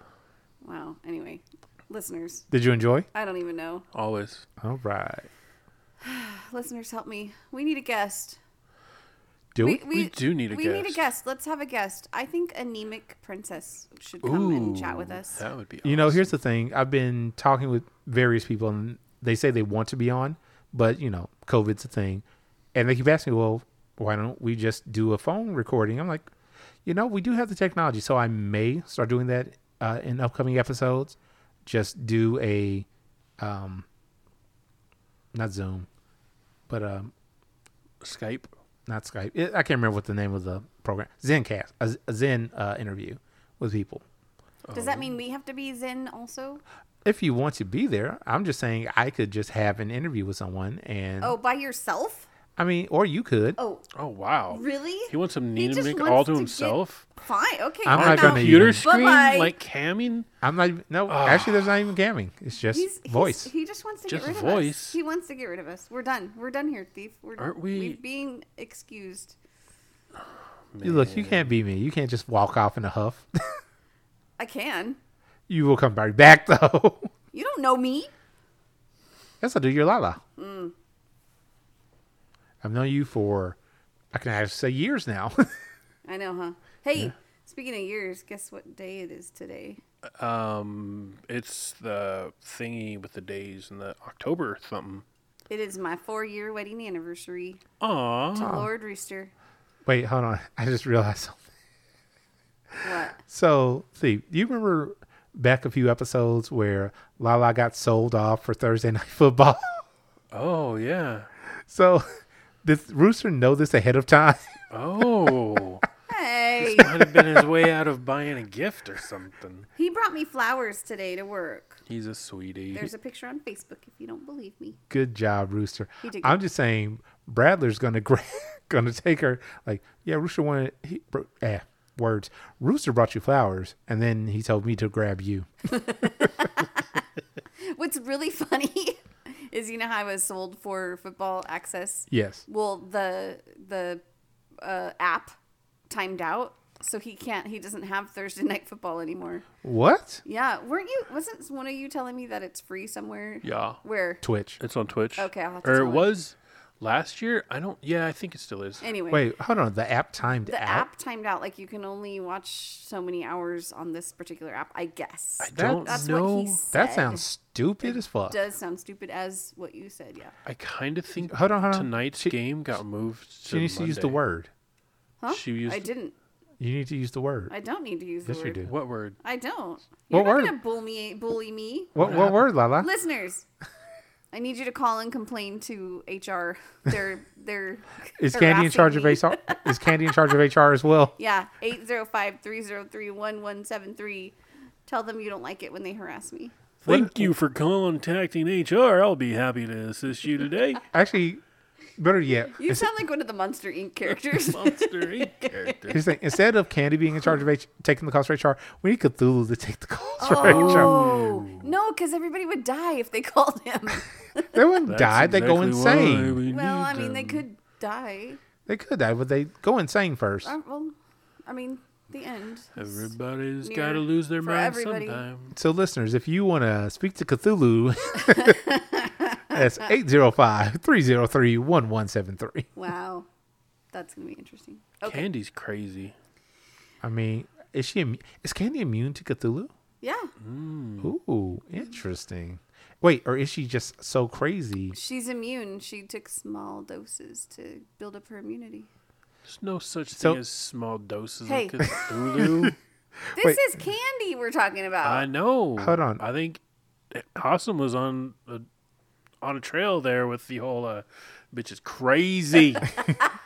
Wow. Anyway, listeners, Did you enjoy? I don't even know. Always. All right, Listeners, help me. We need a guest. do We, it. we, We do need a we guest. need a guest. Let's have a guest. I think anemic princess should come and chat with Ooh, us. That would be. You know, here's the thing. I've been talking with various people, and they say they want to be on, but you know, COVID's a thing, and they keep asking, me, "Well, why don't we just do a phone recording?" I'm like, you know, we do have the technology, so I may start doing that uh, in upcoming episodes. Just do a, um, not Zoom, but um, Skype. not Skype. It, I can't remember what the name of the program. ZenCast, a, a Zen uh, interview with people. Does that mean we have to be Zen also? If you want to be there, I'm just saying I could just have an interview with someone and Oh, by yourself? I mean, or you could. Oh, Oh wow. really? He wants some He Nina just Mink wants all to get- himself. Fine. Okay. I'm I'm not gonna out. eat Computer him. screen Bye-bye. like camming. I'm not. even- No, actually, there's not even gamming. It's just He's, he's- voice. he just wants to Just get rid of voice. us. He wants to get rid of us. We're done. We're done here, thief. We're, Aren't we- We've been excused. You Look, you can't be me. You can't just walk off in a huff. I can. you will come right back though. You don't know me. Yes, I'll do your Lala. Mm. I've known you for, I can actually say years now. I know, huh? Hey, speaking of years, guess what day it is today? Um, it's the thingy with the days and the October something. It is my four-year wedding anniversary Aw. to Lord Rooster. Wait, hold on. I just realized something. What? So, see, you remember back a few episodes where Lala got sold off for Thursday Night Football? Oh yeah. so, did Rooster know this ahead of time? Oh. Hey, Might have been his way out of buying a gift or something. he brought me flowers today to work. He's a sweetie. There's a picture on Facebook if you don't believe me. Good job, Rooster. He did I'm just saying, Bradler's gonna gra- gonna take her. Like, yeah, Rooster wanted. He, bro, eh, words. Rooster brought you flowers, and then he told me to grab you. What's really funny is you know how I was sold for football access. Yes. Well, the the uh, app timed out, so he can't. He doesn't have Thursday night football anymore. What? Yeah, weren't you? Wasn't one of you telling me that it's free somewhere? yeah. Where? Twitch. It's on Twitch. Okay, I'll have to Or tell it him. was last year. I don't. Yeah, I think it still is. Anyway, Wait, hold on. The app timed the out. app timed out. Like you can only watch so many hours on this particular app. I guess I don't that's know. what he said. That sounds stupid as fuck. does sound stupid as what you said. Yeah. I kind of think Hold on, hold on. tonight's game got moved. To You need to use the Monday. word. Huh? She used- I didn't. You need to use the word. I don't need to use yes, the you word. do. What word? I don't. What You're not word? gonna bully me. Bully me. What, what word, Lala? listeners i need you to call and complain to hr they're they're Is Candy in harassing charge of me. HR? Is Candy in charge of HR as well? yeah 805-303-1173 tell them you don't like it when they harass me Thank you for contacting HR. I'll be happy to assist you today. Actually, better yet, you is- sound like one of the monster inc characters Monster Inc. character. here's the thing. instead of Candy being in charge of H- taking the calls for HR, we need Cthulhu to take the calls for HR. oh no because everybody would die if they called him They wouldn't die. They That's go exactly why insane. we well i need mean they them. could die They could die, but they go insane first. Uh, well i mean the end is Everybody's near got to lose their for mind everybody. sometime. So, listeners, if you want to speak to Cthulhu, that's 805 303 1173. wow that's gonna be interesting okay Candy's crazy. I mean, is she immu- is Candy immune to Cthulhu? yeah Mm-hmm. Hmm. Ooh, interesting. Wait, or is she just so crazy? she's immune she took small doses to build up her immunity There's no such thing So- as small doses Hey. of Cthulhu. This Wait. is candy we're talking about. I know. Hold on. I think Awesome was on a, on a trail there with the whole uh, bitch is crazy.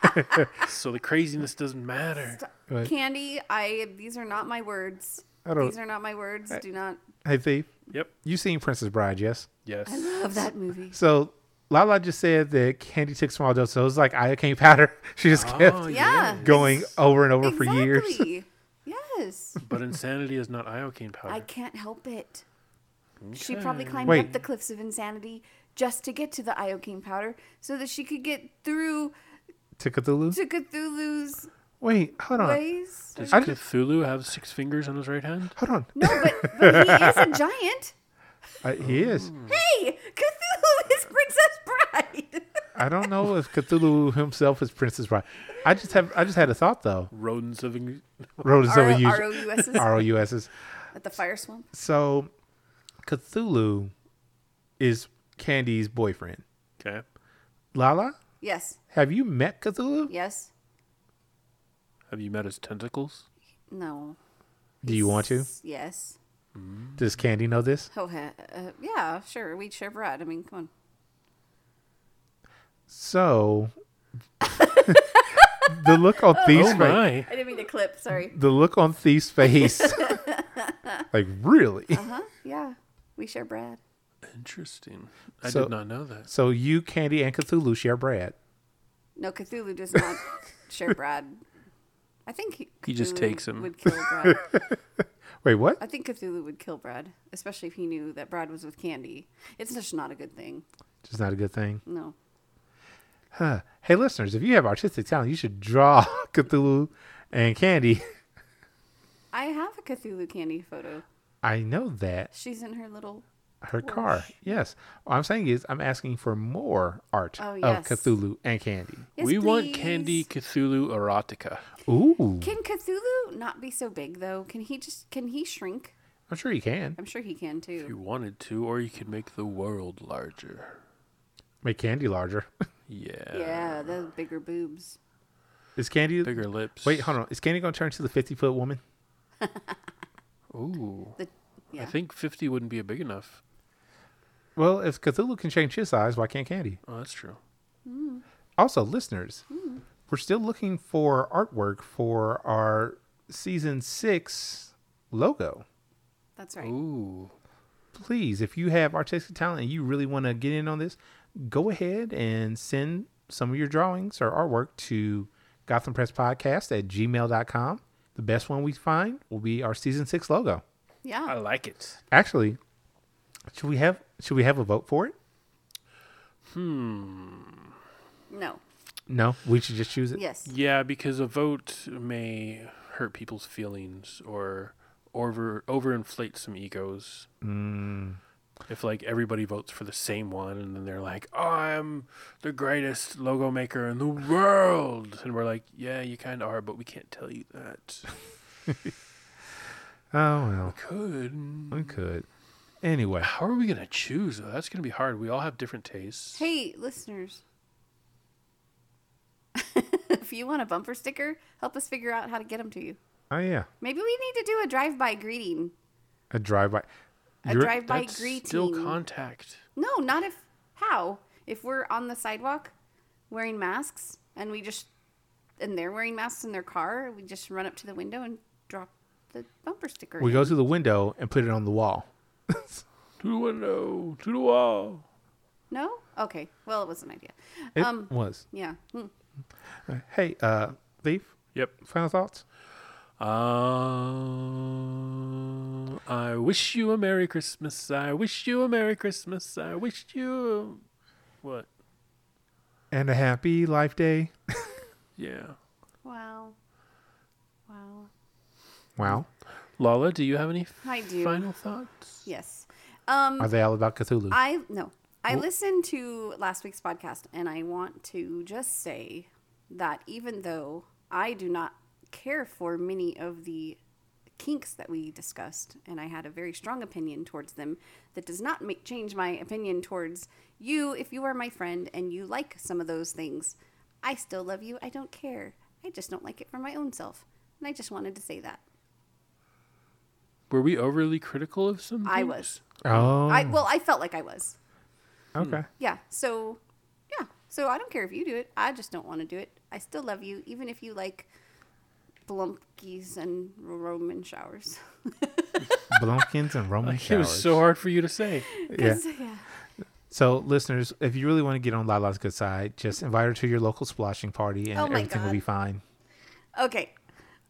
so the craziness doesn't matter. Right. Candy, I these are not my words. I don't- These are not my words. Do not Hey, Thief, Yep. you seen Princess Bride, yes? Yes. love that movie. So Lala just said that Candy took small doses. So it was like iocane powder. She just kept Oh, Yeah. going over and over exactly. for years. Yes. But insanity is not iocane powder. I can't help it. She probably climbed Wait. up the cliffs of insanity just to get to the iocane powder so that she could get through To Cthulhu? to Cthulhu's Wait, hold on. ways. Does I did- Cthulhu have six fingers on his right hand? Hold on. No, but, but he is a giant. Uh, he is. Hey, Cthulhu is Princess Bride. I don't know if Cthulhu himself is Princess Bride. I just have I just had a thought though. Rodents of. Eng- Rodents R- over use R-O-U-S-S ROUSs. at the fire swamp. So Cthulhu is Candy's boyfriend. Okay. Lala, Yes. have you met Cthulhu? Yes. Have you met his tentacles? No. Do you want to? S- Yes. Does Candy know this? Oh, he- uh, yeah, sure. We'd share bread. I mean, come on. So the look on Thief's oh face my. I didn't mean to clip. Sorry. the look on Thief's face like really? Yeah, we share bread. Interesting. I So- did not know that. So you, Candy, and Cthulhu share Brad. No, Cthulhu does not share Brad. I think he, He just Cthulhu takes him. Would kill Brad. Wait, what? I think Cthulhu would kill Brad, especially if he knew that Brad was with Candy. It's just not a good thing. Just not a good thing. No. Huh. Hey, listeners, if you have artistic talent, you should draw Cthulhu and Candy. I have a Cthulhu Candy photo. I know that. She's in her little. Her car. Yes. What I'm saying is, I'm asking for more art Oh, of yes. Cthulhu and Candy. Yes, we want please. Candy Cthulhu erotica. Ooh. Can Cthulhu not be so big though? Can he just? Can he shrink? I'm sure you can. I'm sure he can If you too. wanted to, or you could make the world larger. Make Candy larger. Yeah. Yeah, those bigger boobs. is Candy. Bigger lips. Wait, hold on. Is Candy going to turn into the 50 foot woman? Ooh. The yeah. I think 50 wouldn't be a big enough. Well, if Cthulhu can change his size, why can't Candy? Oh, that's true. Also, listeners, we're still looking for artwork for our season six logo. that's right. Ooh. Please, if you have artistic talent and you really want to get in on this, go ahead and send some of your drawings or artwork to Gotham Press Podcast at gmail.com. The best one we find will be our season six logo. Yeah. like it. Actually, should we have should we have a vote for it? No. No, we should just choose it. Yes. Yeah, because a vote may hurt people's feelings or over overinflate some egos. Mm. If like everybody votes for the same one and then they're like, oh, "I'm the greatest logo maker in the world," and we're like, "Yeah, you kind of are, but we can't tell you that." Oh well, Could. we could. Anyway, How are we gonna choose? though? That's gonna be hard. We all have different tastes. Hey, listeners. if you want a bumper sticker, help us figure out how to get them to you. oh yeah, Maybe we need to do a drive-by greeting. a drive by. A drive-by That's greeting. still contact. no, not if how? If we're on the sidewalk wearing masks and we just and they're wearing masks in their car, we just run up to the window and drop the bumper sticker. We in. go through the window and put it on the wall. To the window, to the wall. No? Okay. Well, it was an idea. It Um, was. Yeah. Hmm. Hey, uh, Thief, Yep. final thoughts? Um, I wish you a Merry Christmas. I wish you a Merry Christmas. I wish you. A... What? And a happy life day. Yeah. Wow. Wow. Wow. Lala, do you have any I do. final thoughts? Yes. Um Are they all about Cthulhu? I no. I listened to last week's podcast and I want to just say that even though I do not care for many of the kinks that we discussed and I had a very strong opinion towards them that does not make change my opinion towards you if you are my friend and you like some of those things. I still love you. I don't care. I just don't like it for my own self. And I just wanted to say that. Were we overly critical of some? I things? was. oh, I well, I felt like I was. okay. yeah so yeah so i don't care if you do it i just don't want to do it i still love you even if you like blumpkies and roman showers Blumpkins and Roman It Hmm. was showers. so hard for you to say. Yeah. 'Cause, yeah So, listeners, if you really want to get on Lala's good side, just invite her to your local splashing party and Oh my everything will God. be fine. okay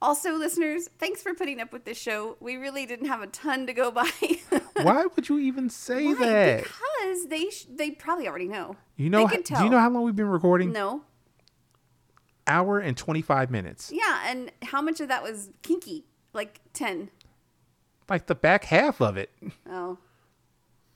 also listeners thanks for putting up with this show we really didn't have a ton to go by Why would you even say Why? that? because they sh- they probably already know you know, they h- could tell do you know how long we've been recording? no Hour and 25 minutes. yeah and how much of that was kinky like 10 Like the back half of it, oh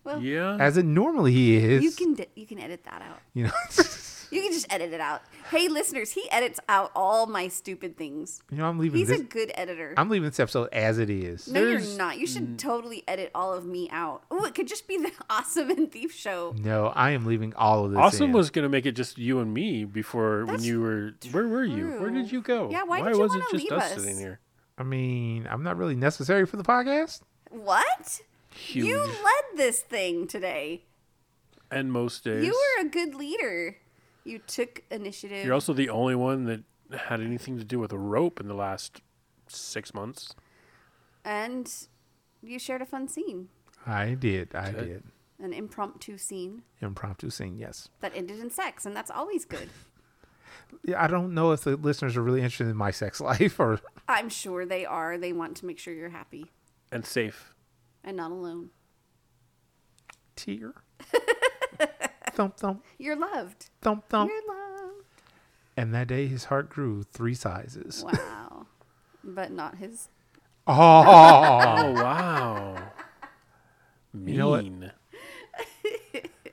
well Yeah. as it normally is. you can d- you can edit that out you know, You can just edit it out. Hey, listeners, he edits out all my stupid things. you know I'm leaving He's this. a good editor. I'm leaving this episode as it is. no, you're There's- not. You should totally edit all of me out. Oh, it could just be the Awesome and Thief show. No, I am leaving all of this. in. Awesome was gonna make it just you and me before when That's you were. Where were you? Where did true. you go? Yeah, why why did you was it wanna just leave us, us? sitting here? I mean, I'm not really necessary for the podcast. What? Huge. You led this thing today. and most days. You were a good leader. You took initiative. You're also the only one that had anything to do with a rope in the last six months. and you shared a fun scene, I did. I Okay. did. an impromptu scene Impromptu scene, yes. that ended in sex, and that's always good. Yeah, I don't know if the listeners are really interested in my sex life or I'm sure they are. They want to make sure you're happy and safe. and not alone. tear. thump thump You're loved. thump thump. You're loved. And that day, his heart grew three sizes. Wow. but not his. Oh, Oh wow. Mean. know what? you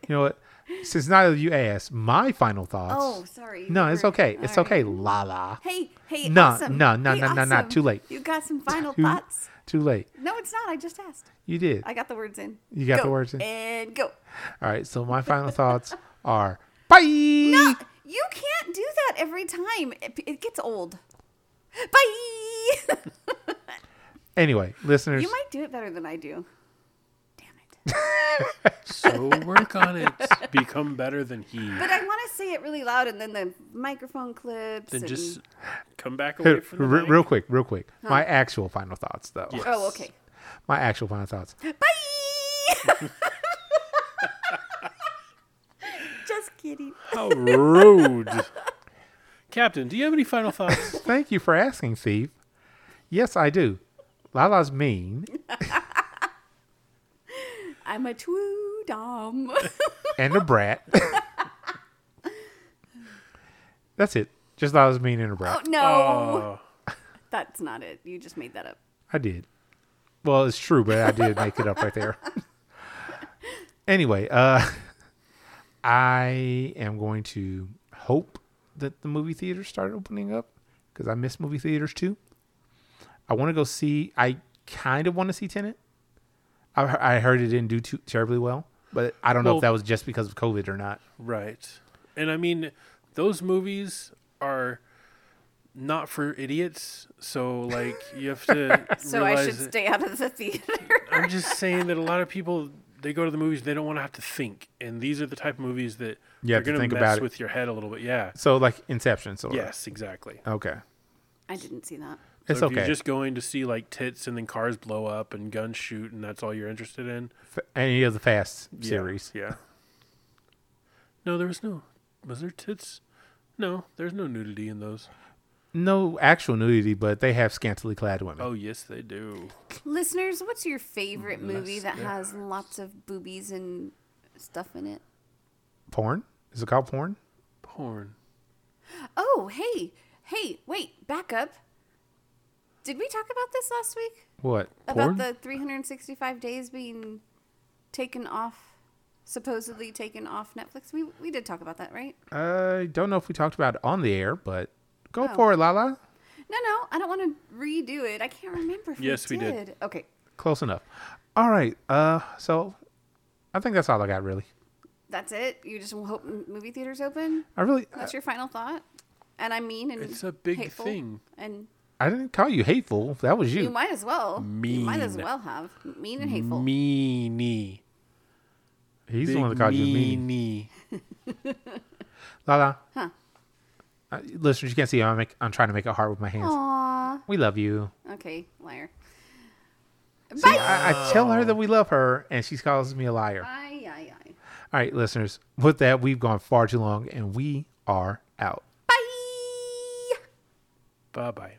know what? Since neither of you asked, my final thoughts. Oh, sorry. No, it's Remember- okay. It's All right. okay. La la. Hey, hey, No, awesome. no, no, Hey, no, no, no, awesome. too late. You got some final Too- thoughts? Too late. No, it's not. I just asked. You did. I got the words in. You got the Go. words in? And go. All right. So my final thoughts are bye. No. You can't do that every time. It, it gets old. Bye. Anyway, listeners, you might do it better than I do. Damn it. So work on it. Become better than he. But I want to say it really loud, and then the microphone clips. Then and... just come back Hey, away from the re- mic. real quick, real quick. My actual final thoughts, though. Oh, okay. My actual final thoughts. Bye. just kidding. How rude. Captain, do you have any final thoughts? Thank you for asking, Steve. Yes, I do. Lala's mean, I'm a two dom. and a brat. That's it. Just thought I was mean and a brat. no, Oh, that's not it. You just made that up. I did. Well, it's true, but I did make it up right there. anyway, uh I am going to hope that the movie theaters start opening up because I miss movie theaters too. I want to go see. I kind of want to see Tenant. I, he- I heard it didn't do too terribly well, but I don't know Well- if that was just because of COVID or not. right. And I mean, those movies are not for idiots. So, like, you have to. So realize I should that- stay out of the theater. I'm just saying that a lot of people they go to the movies they don't want to have to think, and these are the type of movies that You are have to going think mess about it. with your head a little bit. Yeah. So like Inception, sort of. Yes, exactly. Okay. I didn't see that. It's so if okay. You're just going to see like tits and then cars blow up and guns shoot, and that's all you're interested in. F- Any of the Fast Yeah, series. Yeah. No, there was no. Was there tits? No, there's no nudity in those. No actual nudity, but they have scantily clad women. Oh yes, they do. Listeners, what's your favorite movie Yes, that there has lots of boobies and stuff in it? porn? Is it called porn? Porn. Oh, hey, hey, wait, back up. Did we talk about this last week? What? About Porn? the 365 days being taken off, supposedly taken off Netflix? We, we did talk about that, right? I don't know if we talked about it on the air, but go Oh. for it, Lala. No, no, I don't want to redo it. I can't remember if Yes, we we did. Okay, Close enough. All right. Uh, so I think that's all I got really. that's it. You just hope m- movie theaters open? I really, That's your final thought? And I mean, and Uh, It's a big hateful thing. And I didn't call you hateful. That was you. you might as well. You might as Mean. well have mean and hateful. Meanie. He's the Big one that called you mean. meanie. Lala. Huh. Uh, listeners, you can't see. I'm, make, I'm trying to make a heart with my hands. Aw. We love you. Okay, liar. See, I, I tell her that we love her, and she calls me a liar. Aye, aye, aye. All right, listeners. With that, we've gone far too long, and we are out. Bye. Bye bye.